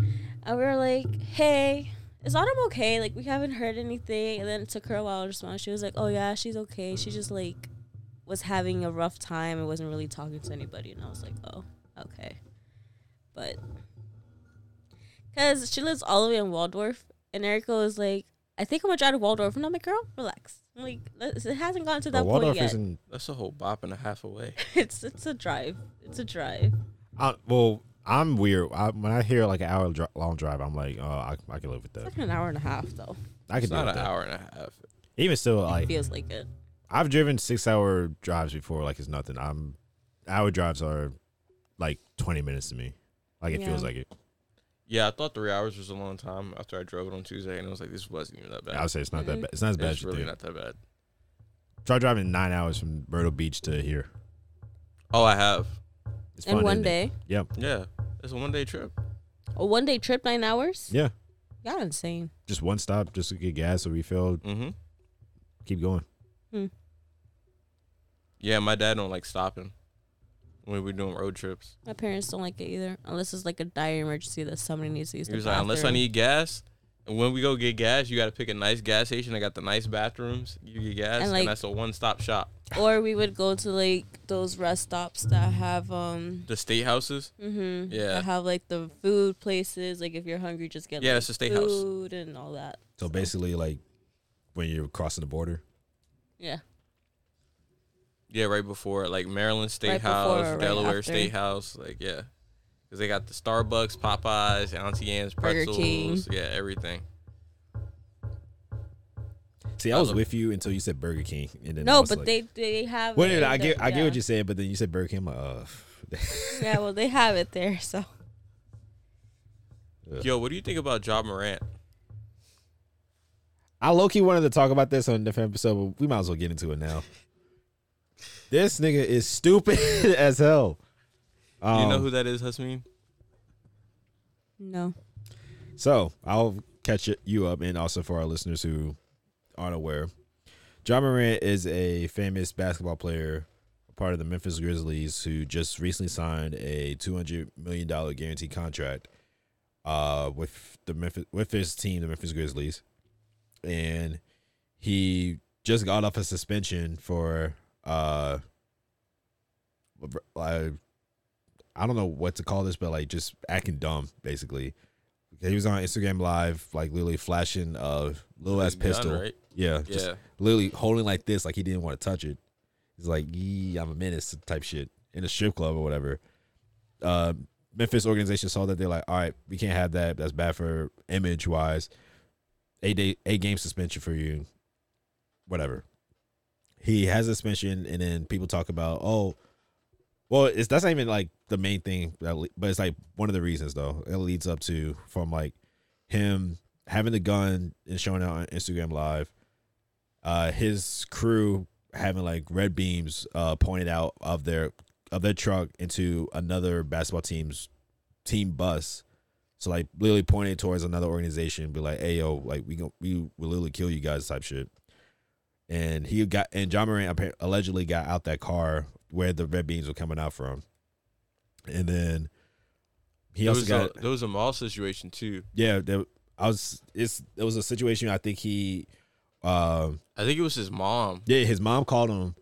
C: And we were like, hey, is Autumn okay? Like, we haven't heard anything. And then it took her a while to respond. She was like, oh, yeah, she's okay. She just, like, was having a rough time and wasn't really talking to anybody. And I was like, oh, okay. But because she lives all the way in Waldorf, and Erica was like, "I think I'm gonna drive to Waldorf." And I'm like, "Girl, relax. I'm like, let's- it hasn't gotten to that
B: But Waldorf
C: point yet.
B: isn't
D: That's a whole bop and a half away.
C: it's it's a drive. It's a drive.
B: I, well, I'm weird. I, when I hear like an hour dri- long drive, I'm like, oh, I, I can live with that.
C: It's like an hour and a half, though.
B: I can
D: It's
B: do
D: not
B: with
D: an
B: that.
D: hour and a half.
B: Even still, like
C: Feels like it.
B: I've driven six hour drives before, like it's nothing. I'm hour drives are like 20 minutes to me. Like it
C: Yeah.
B: feels like it.
D: Yeah, I thought three hours was a long time after I drove it on Tuesday, and it was like this wasn't even that bad.
B: I would say it's not
C: Mm-hmm.
B: that bad. It's not as bad as
D: it's
B: you
D: really
B: think.
D: not that bad.
B: Try driving nine hours from Myrtle Beach to here.
D: Oh, I have.
B: It's
C: And one
B: isn't it?
C: day,
B: Yep.
D: Yeah, it's a one day trip.
C: a one day trip, nine hours.
B: Yeah.
C: Y'all insane.
B: Just one stop, just to get gas or refill.
D: Mm-hmm.
B: Keep going.
D: Yeah, my dad don't like stopping when we're doing road trips.
C: My parents don't like it either, unless it's like a dire emergency that somebody needs to use.
D: He
C: the
D: was like, unless I
C: bathroom."
D: need gas, and when we go get gas, you got to pick a nice gas station. that got the nice bathrooms. You get gas,
C: And,
D: and,
C: like-
D: that's a one stop shop.
C: Or we would go to like those rest stops that have um.
D: The state houses.
C: hmm
D: Yeah.
C: That have like the food places. Like if you're hungry, just get
D: Yeah,
C: like,
D: that's the state house.
C: food and all that.
B: So basically, like when you're crossing the border.
C: Yeah.
D: Yeah, right before like Maryland State
C: Right before
D: House,
C: or right
D: Delaware
C: after.
D: State House. Like yeah, because they got the Starbucks, Popeyes, Auntie Anne's,
C: Burger
D: pretzels.
C: King.
D: Yeah, everything.
B: See, I was with you until you said Burger King, and then I
C: No,
B: was
C: but
B: like-
C: they they have.
B: Wait,
C: it
B: wait,
C: in
B: I
C: there,
B: get, I get
C: yeah.
B: what you're saying, but then you said Burger King. I'm like, uh,
C: Yeah, well, they have it there. So
D: Yo, what do you think about Job Morant?
B: I low key wanted to talk about this on a different episode, but we might as well get into it now. this nigga is stupid as hell.
D: Do
B: Um,
D: you know who that is, Hussein?
C: no,
B: So I'll catch it- you up, and also for our listeners who aren't aware, John Morant is a famous basketball player, a part of the Memphis Grizzlies, who just recently signed a two hundred million dollar guaranteed contract uh, with the Memphis with his team, the Memphis Grizzlies, and he just got off a suspension for uh, I, I don't know what to call this, but like just acting dumb, basically he was on Instagram Live, like literally flashing a little ass
D: Gun,
B: pistol.
D: right?
B: Yeah, just
D: Yeah.
B: literally holding like this, like he didn't want to touch it. He's like, "Yee, I'm a menace," type shit in a strip club or whatever. Uh, Memphis organization saw that they're like, "All right, we can't have that. That's bad for image wise. Eight day, eight game suspension for you, whatever." He has a suspension, and then people talk about, "Oh, well, it's that's not even like the main thing, that le- but it's like one of the reasons though. It leads up to from like him having the gun and showing out on Instagram Live, uh, his crew having like red beams uh, pointed out of their of their truck into another basketball team's team bus. So like literally pointed towards another organization, be like, "Hey yo, like we gon' we will literally kill you guys," type shit. And he got and John Moran appa- allegedly got out that car where the red beams were coming out from, and then he
D: There
B: also
D: was,
B: got
D: a, there was a mall situation too.
B: yeah, there, I was. It's it was a situation. I think he, um,
D: I think it was his mom.
B: yeah, his mom called him,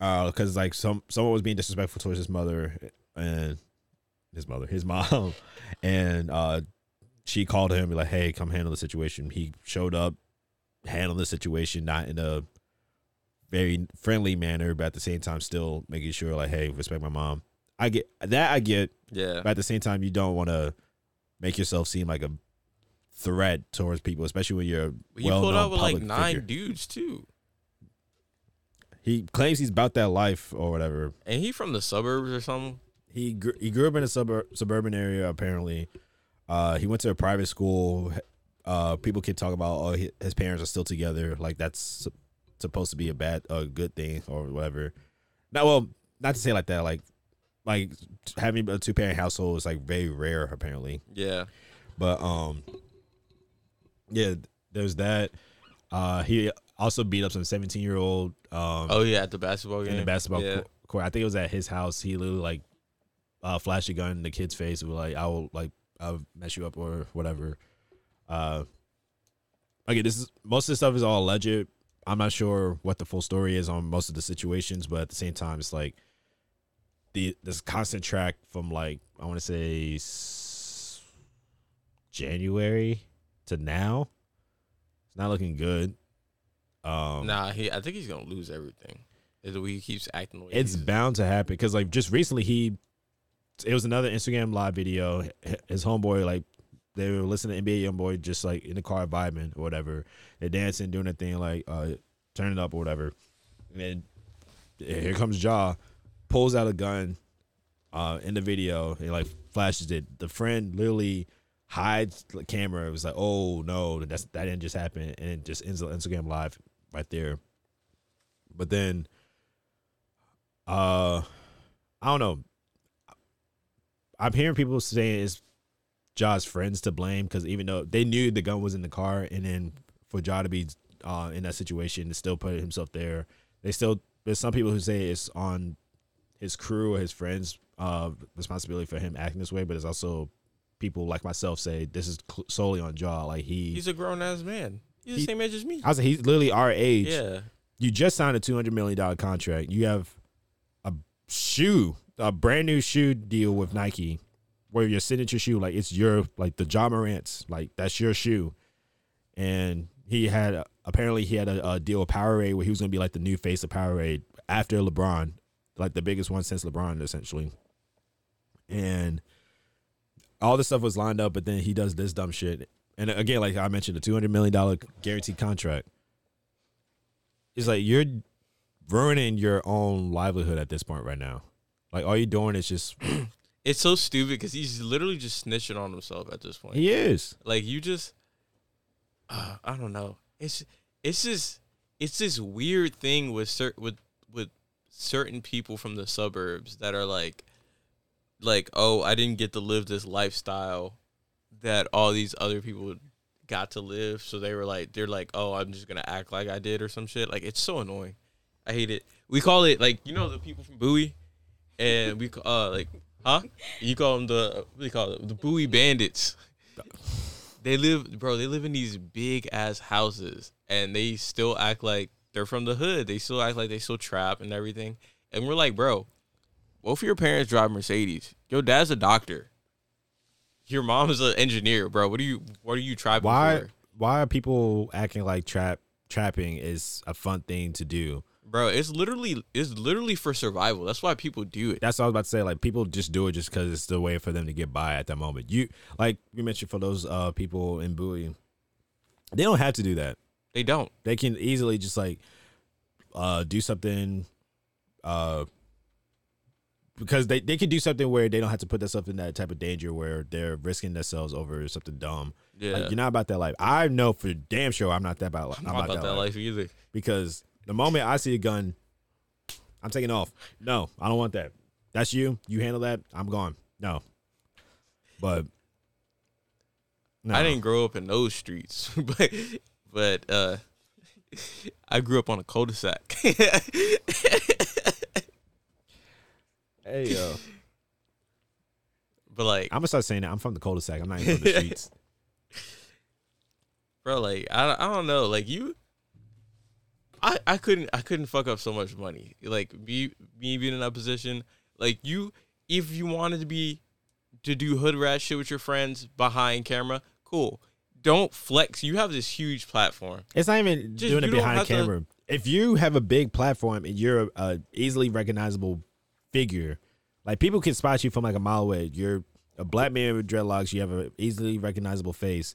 B: uh, because like some someone was being disrespectful towards his mother and his mother, his mom, and uh, she called him be like, "Hey, come handle the situation." He showed up, handled the situation, not in a very friendly manner, but at the same time, still making sure like, "Hey, respect my mom." I get that. I get
D: Yeah.
B: but at the same time, you don't want to make yourself seem like a threat towards people, especially when you're
D: But He
B: well
D: pulled
B: known
D: out with
B: public
D: like nine
B: figure.
D: dudes too,
B: He claims he's about that life or whatever.
D: and he from the suburbs or something.
B: He gr- he grew up in a suburb suburban area apparently. Uh, he went to a private school. Uh, people can talk about oh hi- his parents are still together, like that's su- supposed to be a bad a good thing or whatever. Not well, not to say like that. Like like having a two parent household is like very rare apparently.
D: Yeah.
B: But um, yeah, there's that. Uh, he also beat up some 17 year old um
D: Oh yeah, at the basketball game.
B: in the basketball
D: Yeah.
B: cour- court. I think it was at his house. He literally like uh, flashed a gun in the kid's face. and was like, "I will like I'll mess you up or whatever." Uh, okay, this is most of the stuff is all alleged. I'm not sure what the full story is on most of the situations, but at the same time, it's like the this constant track from like I want to say s- January to now. It's not looking good. Um,
D: Nah, he. I think he's gonna lose everything. Is the way he keeps acting. The way
B: it's
D: he's-
B: bound to happen because like just recently he it was another instagram live video H- his homeboy like they were listening to nba young boy just like in the car vibing or whatever they're dancing doing a thing like uh turn it up or whatever and then here comes jaw pulls out a gun uh in the video and like flashes it the friend literally hides the camera it was like oh no that's that didn't just happen and it just ends the instagram live right there but then uh, I don't know. I'm hearing people saying it's Ja's friends to blame because even though they knew the gun was in the car, and then for Ja to be uh, in that situation and still put himself there, they still there's some people who say it's on his crew or his friends' uh, responsibility for him acting this way, but it's also people like myself say this is cl- solely on Ja. Like he,
D: He's a grown ass man. He's the
B: He-
D: same age as me.
B: I was like, he's literally our age
D: Yeah.
B: you just signed a two hundred million dollar contract. You have a shoe, a brand new shoe deal with Nike, where your signature shoe, like it's your like the John Morant's, like that's your shoe. And he had apparently he had a, a deal with Powerade where he was gonna be like the new face of Powerade after LeBron, like the biggest one since LeBron essentially. And all this stuff was lined up, but then he does this dumb shit. And again, like I mentioned, the two hundred million dollar guaranteed contract. It's like you're ruining your own livelihood at this point right now. Like all you're doing is just
D: It's so stupid because he's literally just snitching on himself at this point.
B: he is.
D: Like you just, uh, I don't know. It's it's just it's this weird thing with cer- with with certain people from the suburbs that are like, like oh I didn't get to live this lifestyle that all these other people got to live, so they were like they're like oh I'm just gonna act like I did or some shit. Like it's so annoying. I hate it. We call it like you know the people from Bowie, and we ca- uh like huh you call them the what do you call it the Bowie bandits. They live, bro. They live in these big ass houses, and they still act like they're from the hood. They still act like they still trap and everything. And we're like, bro, both of your parents drive Mercedes. Your dad's a doctor. your mom's an engineer, bro. What do you what are you trapping
B: Why
D: for?
B: why are people acting like trap trapping is a fun thing to do?
D: Bro, it's literally it's literally for survival. That's why people do it.
B: That's what I was about to say. Like people just do it just because it's the way for them to get by at that moment. You like you mentioned for those uh people in Bowie, they don't have to do that.
D: They don't.
B: They can easily just like uh do something uh because they, they can do something where they don't have to put themselves in that type of danger where they're risking themselves over something dumb.
D: Yeah.
B: Like, you're not about that life. I know for damn sure I'm not that about. I'm,
D: I'm not about that life either.
B: because the moment I see a gun, I'm taking off. No, I don't want that. That's you. You handle that. I'm gone. No, but no.
D: I didn't grow up in those streets, but but uh, I grew up on a cul-de-sac.
B: Hey yo,
D: but like,
B: I'm gonna start saying that. I'm from the cul-de-sac. I'm not even from the streets.
D: bro, like I, I don't know, like you, I I couldn't I couldn't fuck up so much money. Like me me being in that position, like you, if you wanted to be to do hood rat shit with your friends behind camera, cool. Don't flex. You have this huge platform.
B: It's not even
D: Just-
B: doing it
D: you don't
B: behind
D: have to-
B: camera. If you have a big platform and you're a easily recognizable figure, like people can spot you from like a mile away. You're a black man with dreadlocks. You have an easily recognizable face.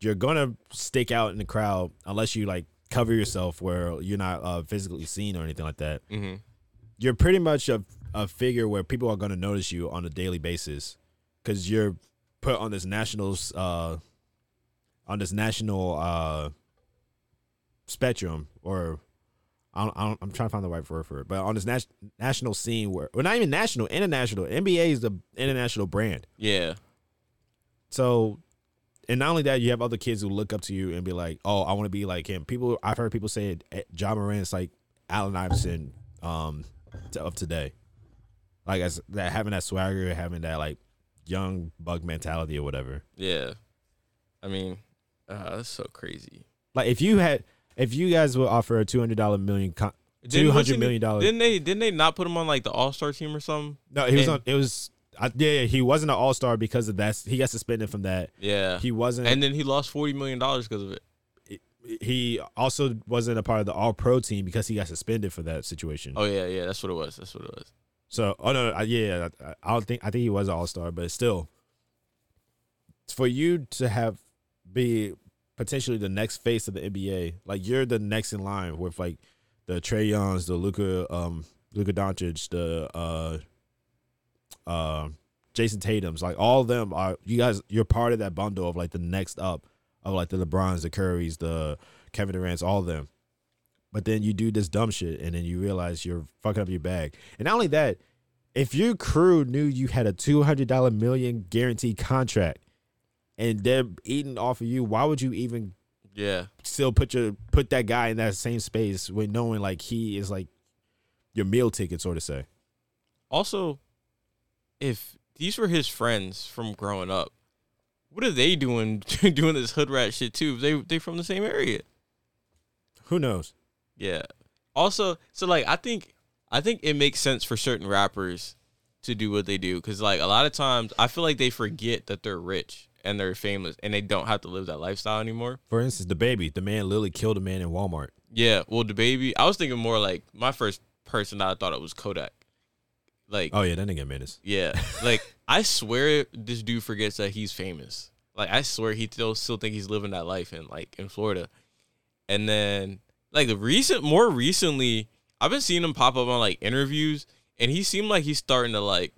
B: You're gonna stick out in the crowd unless you like cover yourself where you're not uh, physically seen or anything like that.
D: Mm-hmm.
B: You're pretty much a, a figure where people are gonna notice you on a daily basis because you're put on this national uh, on this national uh, spectrum or I don't, I don't, I'm trying to find the right word for it, but on this nas- national scene where, well, not even national, international. NBA is the international brand.
D: Yeah.
B: So, and not only that, you have other kids who look up to you and be like, "Oh, I want to be like him." People, I've heard people say it, John Moran's like Allen Iverson um, to, of today, like as that having that swagger, having that like young bug mentality or whatever.
D: Yeah. I mean, uh, that's so crazy.
B: Like if you had, if you guys would offer a two hundred dollar million, con-
D: Didn't-
B: two hundred
D: wasn't
B: million
D: it-
B: dollars.
D: Didn't they? Didn't they not put him on like the All Star team or something?
B: No, he was
D: And-
B: on. It was. I, yeah, yeah, he wasn't an all star because of that. He got suspended from that.
D: Yeah.
B: He wasn't.
D: and then he lost forty million dollars because of it.
B: he also wasn't a part of the all pro team because he got suspended for that situation.
D: Oh yeah, yeah. That's what it was. That's what it was.
B: So, oh no, no, I, yeah, I, I don't think I think he was an all star, but still, for you to have be potentially the next face of the NBA, like you're the next in line with like the Trey Youngs, the Luca, um, Luca Doncic, the uh, uh, Jason Tatum's, like all of them are you guys. You're part of that bundle of like the next up of like the LeBrons, the Currys, the Kevin Durant's, all of them. But then you do this dumb shit, and then you realize you're fucking up your bag. And not only that, if your crew knew you had a two hundred dollar million guaranteed contract, and they're eating off of you, why would you even
D: Yeah.
B: still put your put that guy in that same space when knowing like he is like your meal ticket, so to say?
D: Also, if these were his friends from growing up, what are they doing doing this hood rat shit too? If They they from the same area.
B: Who knows?
D: Yeah. Also, so like I think I think it makes sense for certain rappers to do what they do cuz like a lot of times I feel like they forget that they're rich and they're famous and they don't have to live that lifestyle anymore.
B: For instance, the baby, the man literally killed a man in Walmart.
D: Yeah, well the baby, I was thinking more like my first person that I thought it was Kodak. Like
B: Oh yeah, that nigga menace.
D: yeah, like I swear this dude forgets that he's famous. Like I swear he still still think he's living that life in like in Florida. And then like the recent more recently, I've been seeing him pop up on like interviews and he seemed like he's starting to like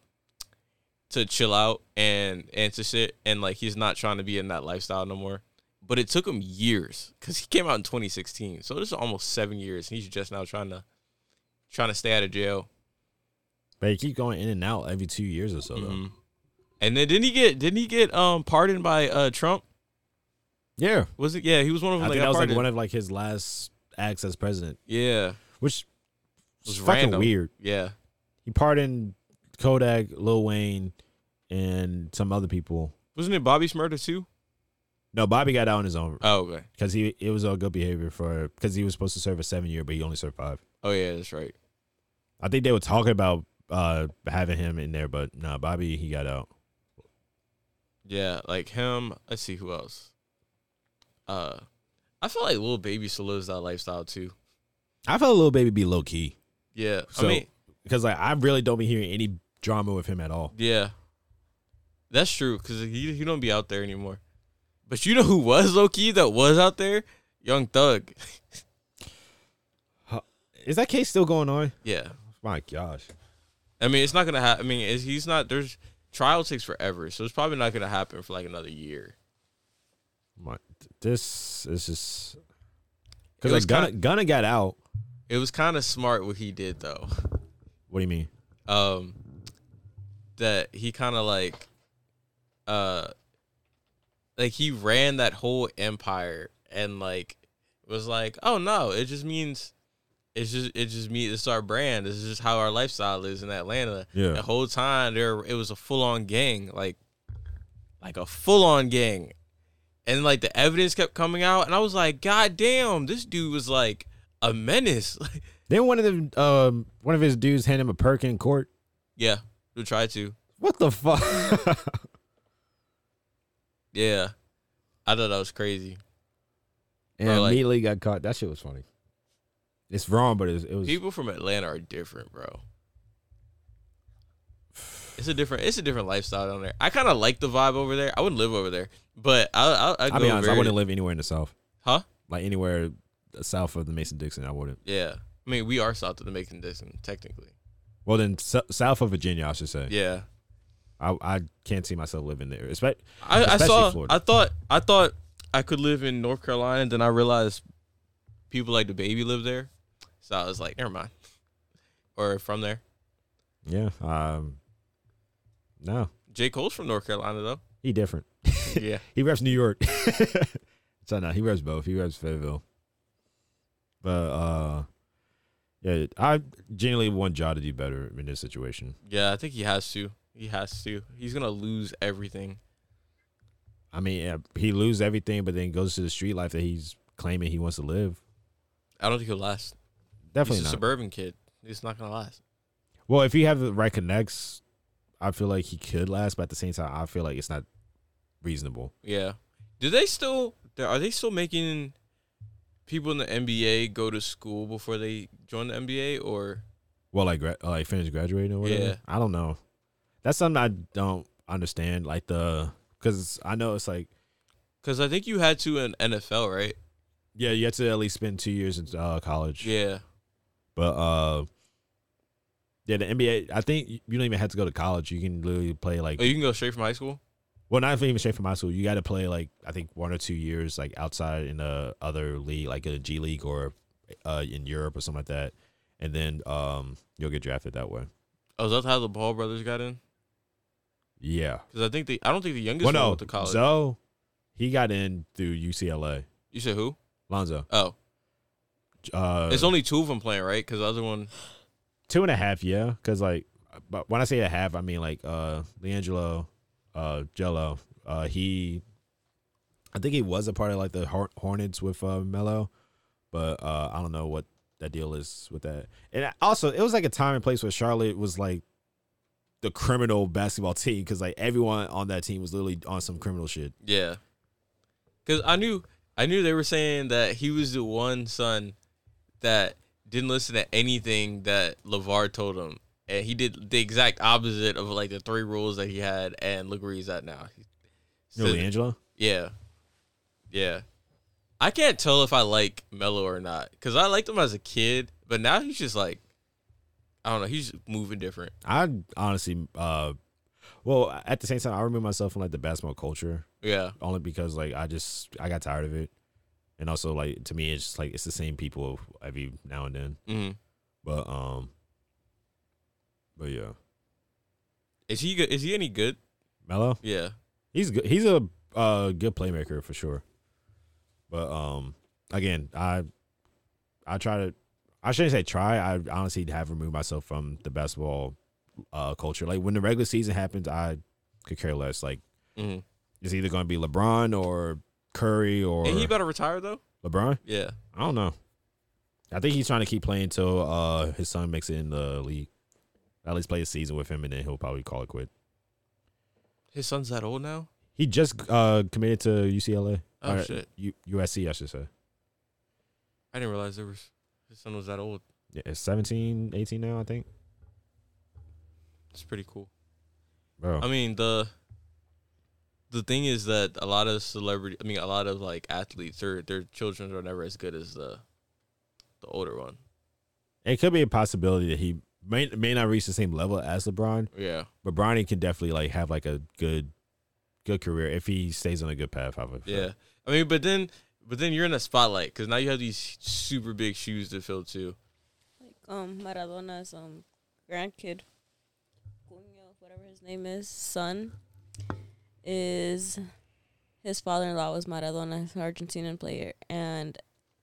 D: to chill out and and to shit and like he's not trying to be in that lifestyle no more. But it took him years cuz he came out in 2016. So this is almost 7 years and he's just now trying to trying to stay out of jail.
B: But he keep going in and out every two years or so though.
D: Mhm. And then didn't he get didn't he get um pardoned by uh Trump?
B: Yeah,
D: Was it yeah, he was one of
B: I
D: them
B: think
D: that
B: that
D: got
B: was like
D: pardoned.
B: one of like his last acts as president,
D: yeah.
B: which
D: It was
B: is fucking
D: random.
B: weird.
D: Yeah.
B: He pardoned Kodak, Lil Wayne, and some other people.
D: Wasn't it Bobby Smurda too?
B: No, Bobby got out on his own
D: Oh okay.
B: because he it was all good behavior for because he was supposed to serve a seven year, but he only served five.
D: Oh yeah, that's right.
B: I think they were talking about uh having him in there, but nah, Bobby he got out.
D: Yeah, like him. Let's see who else. Uh, I feel like little baby still lives that lifestyle too.
B: I felt a little baby be low key.
D: Yeah,
B: So
D: I mean,
B: because like I really don't be hearing any drama with him at all.
D: yeah, that's true. Cause he he don't be out there anymore. But you know who was low key that was out there? Young Thug.
B: Is that case still going on?
D: Yeah,
B: My gosh.
D: I mean it's not gonna happen. I mean it's, he's not. There's trial takes forever, so it's probably not gonna happen for like another year.
B: My, this is just
D: It
B: because
D: was
B: like Gunna,
D: kinda-
B: Gunna got out.
D: It was kind of smart what he did though.
B: What do you mean?
D: um that he kind of like uh like he ran that whole empire and like was like oh no it just means it's just it just means it's our brand this is just how our lifestyle is in atlanta
B: Yeah.
D: the whole time there it was a full-on gang like like a full-on gang and like the evidence kept coming out and i was like god damn this dude was like a menace
B: Then one of them, um, one of his dudes hand him a perk in court.
D: yeah we tried to
B: What the fuck?
D: Yeah. I thought that was crazy.
B: and
D: Bro, like-
B: immediately got caught. That shit was funny. It's wrong, but it was. It was
D: People from Atlanta are different, bro. It's a different it's a different lifestyle down there. I kind of like the vibe over there. I wouldn't live over there, but I I I'd
B: I'll
D: go
B: be honest. I
D: very-
B: wouldn't live anywhere in the south,
D: Huh?
B: like anywhere south of the Mason Dixon. I wouldn't.
D: Yeah. I mean, we are south of the Macon Dixon technically.
B: Well, then s- south of Virginia, I should say.
D: Yeah.
B: I, I can't see myself living there. Espe-
D: I, I
B: Especially
D: saw
B: Florida.
D: I thought I thought I could live in North Carolina, then I realized people like the baby live there. So I was like, never mind. Or from there.
B: yeah. Um. No,
D: J. Cole's from North Carolina though.
B: he different.
D: yeah.
B: He reps New York. so no, he reps both. He reps Fayetteville. But uh, yeah, I genuinely want Ja to do better in this situation.
D: Yeah, I think he has to. He has to. He's gonna lose everything.
B: I mean, yeah, he loses everything, but then goes to the street life that he's claiming he wants to live.
D: I don't think he'll last.
B: Definitely
D: He's a
B: not.
D: suburban kid. He's not gonna last.
B: well, if he have the right connects, I feel like he could last. But at the same time, I feel like it's not reasonable.
D: Yeah. Do they still? Are they still making people in the NBA go to school before they join the NBA? Or
B: Well, like gra- uh, like finish graduating or whatever.
D: Yeah.
B: I don't know. That's something I don't understand. Like the because I know it's like
D: because I think you had to in NFL, right?
B: Yeah, you have to at least spend two years in uh, college.
D: Yeah.
B: But uh, yeah, the NBA. I think you you don't even have to go to college. You can literally play like
D: Oh, you can go straight from high school.
B: well, not even straight from high school. You got to play like I think one or two years like outside in a other league, like a G League or uh, in Europe or something like that, and then um, you'll get drafted that way.
D: Oh, is that how the Ball brothers got in?
B: Yeah.
D: Because I think the I don't think the youngest
B: Well,
D: one
B: no,
D: went to college.
B: Zoe, he got in through UCLA.
D: you said who?
B: Lonzo,
D: Oh,
B: uh,
D: it's only two of them playing, right? Because the other one.
B: two and a half, yeah. Because like, but when I say a half, I mean like uh, Leangelo, uh, Jello. Uh, he, I think he was a part of like the Hor- Hornets with uh, Melo, but uh, I don't know what that deal is with that. And I- also, it was like a time and place where Charlotte was like the criminal basketball team because like everyone on that team was literally on some criminal shit.
D: Yeah. Cause I knew I knew they were saying that he was the one son that didn't listen to anything that LeVar told him. And he did the exact opposite of like the three rules that he had and look where he's at now. He-
B: You know, Leangelo.
D: yeah. Yeah. I can't tell if I like Melo or not. Cause I liked him as a kid, but now he's just like I don't know, he's just moving different.
B: I honestly, uh, well, at the same time, I remove myself from like the basketball culture.
D: Yeah.
B: only because like I just I got tired of it, and also like to me it's just like it's the same people every now and then.
D: hmm
B: But um, but yeah,
D: Is he good is he any good?
B: Melo,
D: Yeah.
B: he's good. He's a uh good playmaker for sure. But um, again, I I try to I shouldn't say try. I honestly have removed myself from the basketball uh culture. Like when the regular season happens, I could care less. Like
D: hmm
B: it's either going to be LeBron or Curry or
D: And he about to retire though?
B: LeBron.
D: Yeah.
B: I don't know. I think he's trying to keep playing until uh, his son makes it in the league. At least play a season with him, and then he'll probably call it quit.
D: His son's that old now?
B: He just uh, committed to UCLA.
D: Oh,
B: Or
D: shit.
B: U- USC, I should say.
D: I didn't realize there was his son was that old.
B: Yeah, it's 17, 18 now, I think.
D: It's pretty cool.
B: Bro,
D: I mean the the thing is that a lot of celebrity, I mean a lot of like athletes, their their children are never as good as the the older one.
B: it could be a possibility that he may may not reach the same level as LeBron,
D: Yeah,
B: but Bronny can definitely like have like a good good career if he stays on a good path. I would feel.
D: yeah. I mean, but then but then you're in a spotlight because now you have these super big shoes to fill too.
C: Like um Maradona's um grandkid, Cuno, whatever his name is, son, is his father-in-law was Maradona, an Argentinian player, and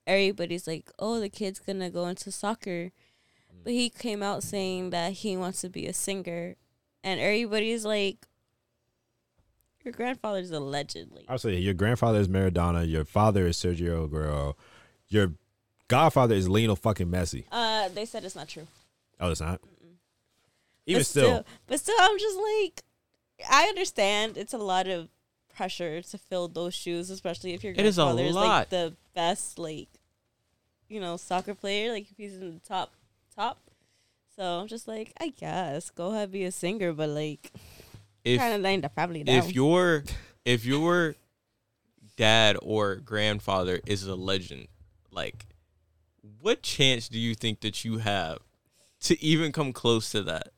C: everybody's like, "Oh, the kid's gonna go into soccer," but he came out saying that he wants to be a singer, and everybody's like, "Your grandfather's a legend." Like,
B: Obviously, your grandfather is Maradona. Your father is Sergio Aguero. Your godfather is Lionel fucking Messi.
C: uh, they said it's not true.
B: Oh, it's not. Even
C: but
B: still,
C: but still, I'm just like, I understand it's a lot of pressure to fill those shoes, especially if your
D: It is a
C: grandfather is,
D: lot.
C: like the best, like, you know, soccer player, like if he's in the top, top. So I'm just like, I guess go ahead be a singer, but like,
D: If
C: kind of laying the family down.
D: if your if your dad or grandfather is a legend, like what chance do you think that you have to even come close to that?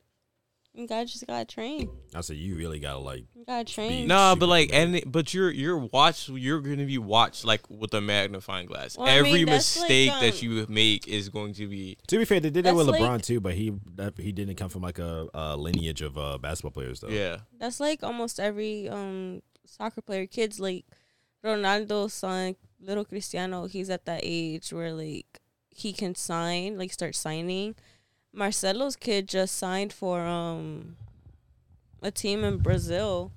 C: you gotta just gotta train.
B: I said you really gotta like.
C: You gotta train.
D: No,
B: super
D: but like, and it- but you're you're watched. You're gonna be watched like with a magnifying glass.
C: Well, I
D: Every
C: mean, that's like,
D: mistake
C: um,
D: that you make is going to be.
B: To be fair, they did that with
C: That's
B: LeBron
C: like-
B: too, but he that, he didn't come from like a, a lineage of uh, basketball players though.
D: Yeah,
C: That's like almost every um soccer player. Kids like Ronaldo's son, little Cristiano. He's at that age where like he can sign, like start signing. Marcelo's kid just signed for um a team in Brazil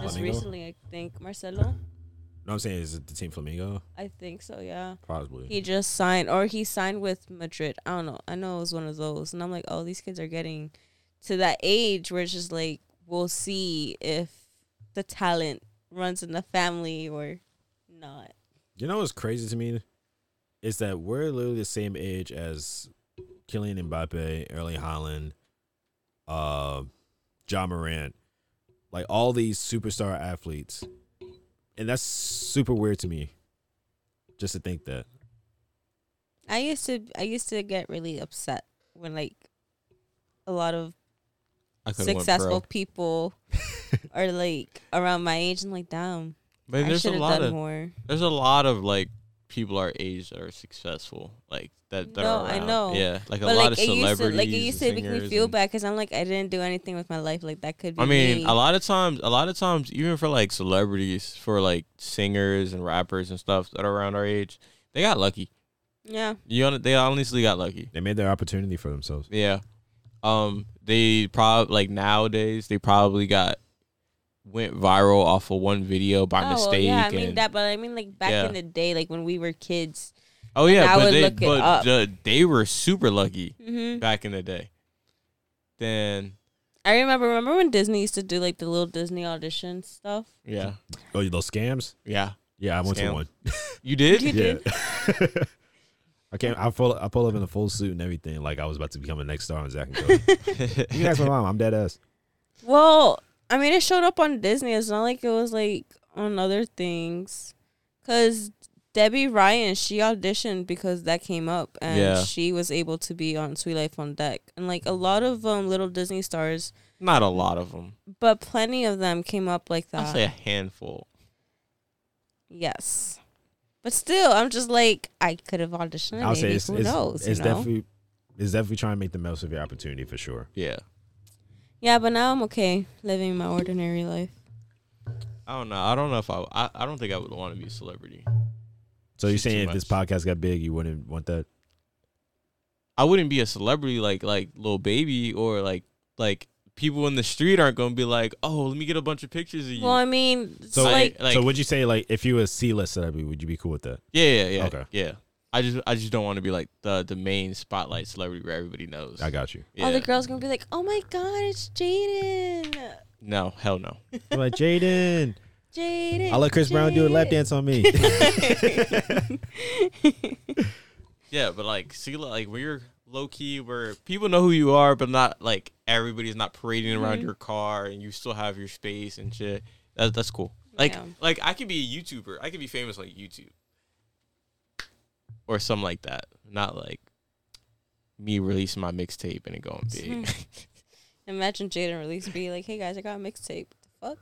C: just
B: Flamengo?
C: recently. I think Marcelo.
B: know what I'm saying is it the team Flamingo
C: I think so. Yeah.
B: probably.
C: He just signed, or he signed with Madrid. I don't know. I know it was one of those, and I'm like, oh, these kids are getting to that age where it's just like we'll see if the talent runs in the family or not.
B: You know what's crazy to me is that we're literally the same age as Kylian Mbappe, Erling Haaland, uh, John Morant, like all these superstar athletes, and that's super weird to me. Just to think that
C: I used to, I used to get really upset when like a lot of
D: I could
C: successful people are like around my age and like, damn,
D: But
C: I
D: there's a
C: should have
D: lot
C: done
D: of
C: more.
D: there's a lot of like people our age that are successful. Like that. that
C: No,
D: are
C: I
D: around.
C: know.
D: Yeah, like a
C: but
D: lot
C: like
D: of
C: it used
D: celebrities.
C: to, like it used to
D: and
C: make me
D: singers
C: feel
D: and-
C: bad because I'm like, I didn't do anything with my life. Like that could be.
D: I mean,
C: me.
D: a lot of times, a lot of times, even for like celebrities, for like singers and rappers and stuff that are around our age, they got lucky.
C: Yeah.
D: You hon- they honestly got lucky.
B: they made their opportunity for themselves.
D: Yeah. Um, they probably like nowadays they probably got went viral off of one video by mistake.
C: Oh, yeah, I mean
D: and-
C: that, but I mean like back
D: Yeah.
C: in the day, like when we were kids.
D: oh yeah,
C: I
D: but
C: would
D: they
C: look it
D: but
C: up.
D: the, they were super lucky
C: Mm-hmm.
D: back in the day. Then
C: I remember, remember when Disney used to do like the little Disney audition stuff.
D: yeah,
B: Oh, those scams?
D: yeah,
B: Yeah, I went
D: Scam.
B: to one.
D: you did.
C: You
B: Yeah.
C: did.
B: I came. I pull. I pull up in a full suit and everything, like I was about to become a next star on Zach and Cody. you can ask my mom. I'm dead ass.
C: Well, I mean, it showed up on Disney. It's not like it was like on other things, because Debbie Ryan she auditioned because that came up, and
D: Yeah.
C: she was able to be on Sweet Life on Deck, and like a lot of um little Disney stars,
D: Not a lot of them.
C: but plenty of them came up like that.
D: I'll say a handful.
C: Yes. But still, I'm just like I could have auditioned.
B: I'll
C: Maybe.
B: say it's
C: Who
B: it's,
C: knows?
B: it's
C: you know?
B: definitely it's definitely trying to make the most of your opportunity for sure.
D: Yeah.
C: Yeah, but now I'm okay living my ordinary life.
D: I don't know. I don't know if I. I, I don't think I would want to be a celebrity.
B: So you're
D: Shit too
B: saying if this
D: much.
B: podcast got big, you wouldn't want that?
D: I wouldn't be a celebrity like like little baby or like like people in the street aren't gonna be like, oh, let me get a bunch of pictures of you.
C: Well, I mean, it's
B: So-
C: like
D: like,
B: so would you say like if you were a C-list celebrity, would you be cool with that?
D: yeah, yeah, yeah,
B: Okay.
D: yeah. I just I just don't want to be like the the main spotlight celebrity where everybody knows.
B: I got you.
D: yeah.
C: all the girls gonna be like, "Oh my god, it's Jaden."
D: no, hell no.
B: I'm like Jaden,
C: Jaded.
F: I'll let Chris Brown do a lap
C: jaded.
F: dance on me.
D: Yeah, but like, see, like when you're low key, where people know who you are, but not like everybody's not parading
C: Mm-hmm.
D: around your car, and you still have your space and shit. That, that's cool. Like,
C: Yeah.
D: like I could be a YouTuber. I could be famous on YouTube or something like that. Not like me releasing my mixtape and it going big.
C: Imagine Jaden release be like, "Hey guys, I got a mixtape." The fuck.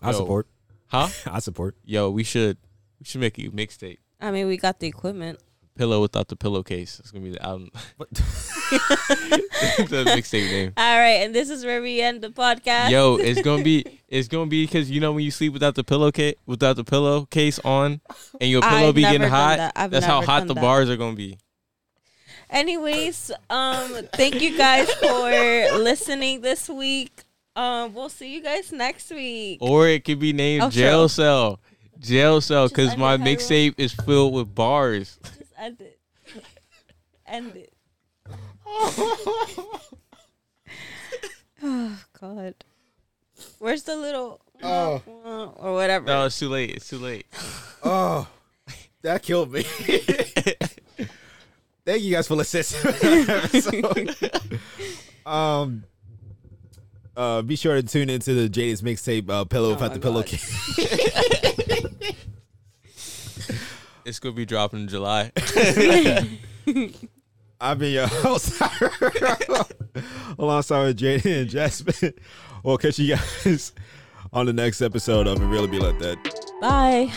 F: I
D: Yo.
F: support.
D: huh?
F: I support.
D: Yo, we should we should make a mixtape.
C: I mean, we got the equipment.
D: Pillow without the pillowcase. It's gonna be the album. the mixtape name.
C: All right, and this is where we end the podcast.
D: Yo, it's gonna be it's gonna be because you know when you sleep without the pillow ca- without the pillowcase on, and your
C: I've
D: pillow be
C: never
D: getting
C: done
D: hot.
C: that. I've
D: That's how
C: never
D: hot
C: done
D: the
C: that.
D: bars are gonna be.
C: Anyways, um, thank you guys for listening this week. Um, we'll see you guys next week.
D: Or it could be named
C: Oh,
D: jail
C: sure.
D: cell, jail cell,
C: Just
D: because
C: end
D: my
C: it, Tyrone.
D: mixtape is filled with bars.
C: Just end it. End it. oh God. Where's the little
B: Oh.
C: or whatever?
D: No, it's too late. It's too late.
B: Oh, that killed me. Thank you guys for listening. um, uh, be sure to tune into the Jada's mixtape uh, "Pillow Without
C: Oh my
B: the
C: God.
B: Pillowcase."
D: It's gonna be dropping in July.
B: I've been your host, alongside with Jada and Jasmine. We'll catch you guys on the next episode of It Really Be Like That.
C: Bye.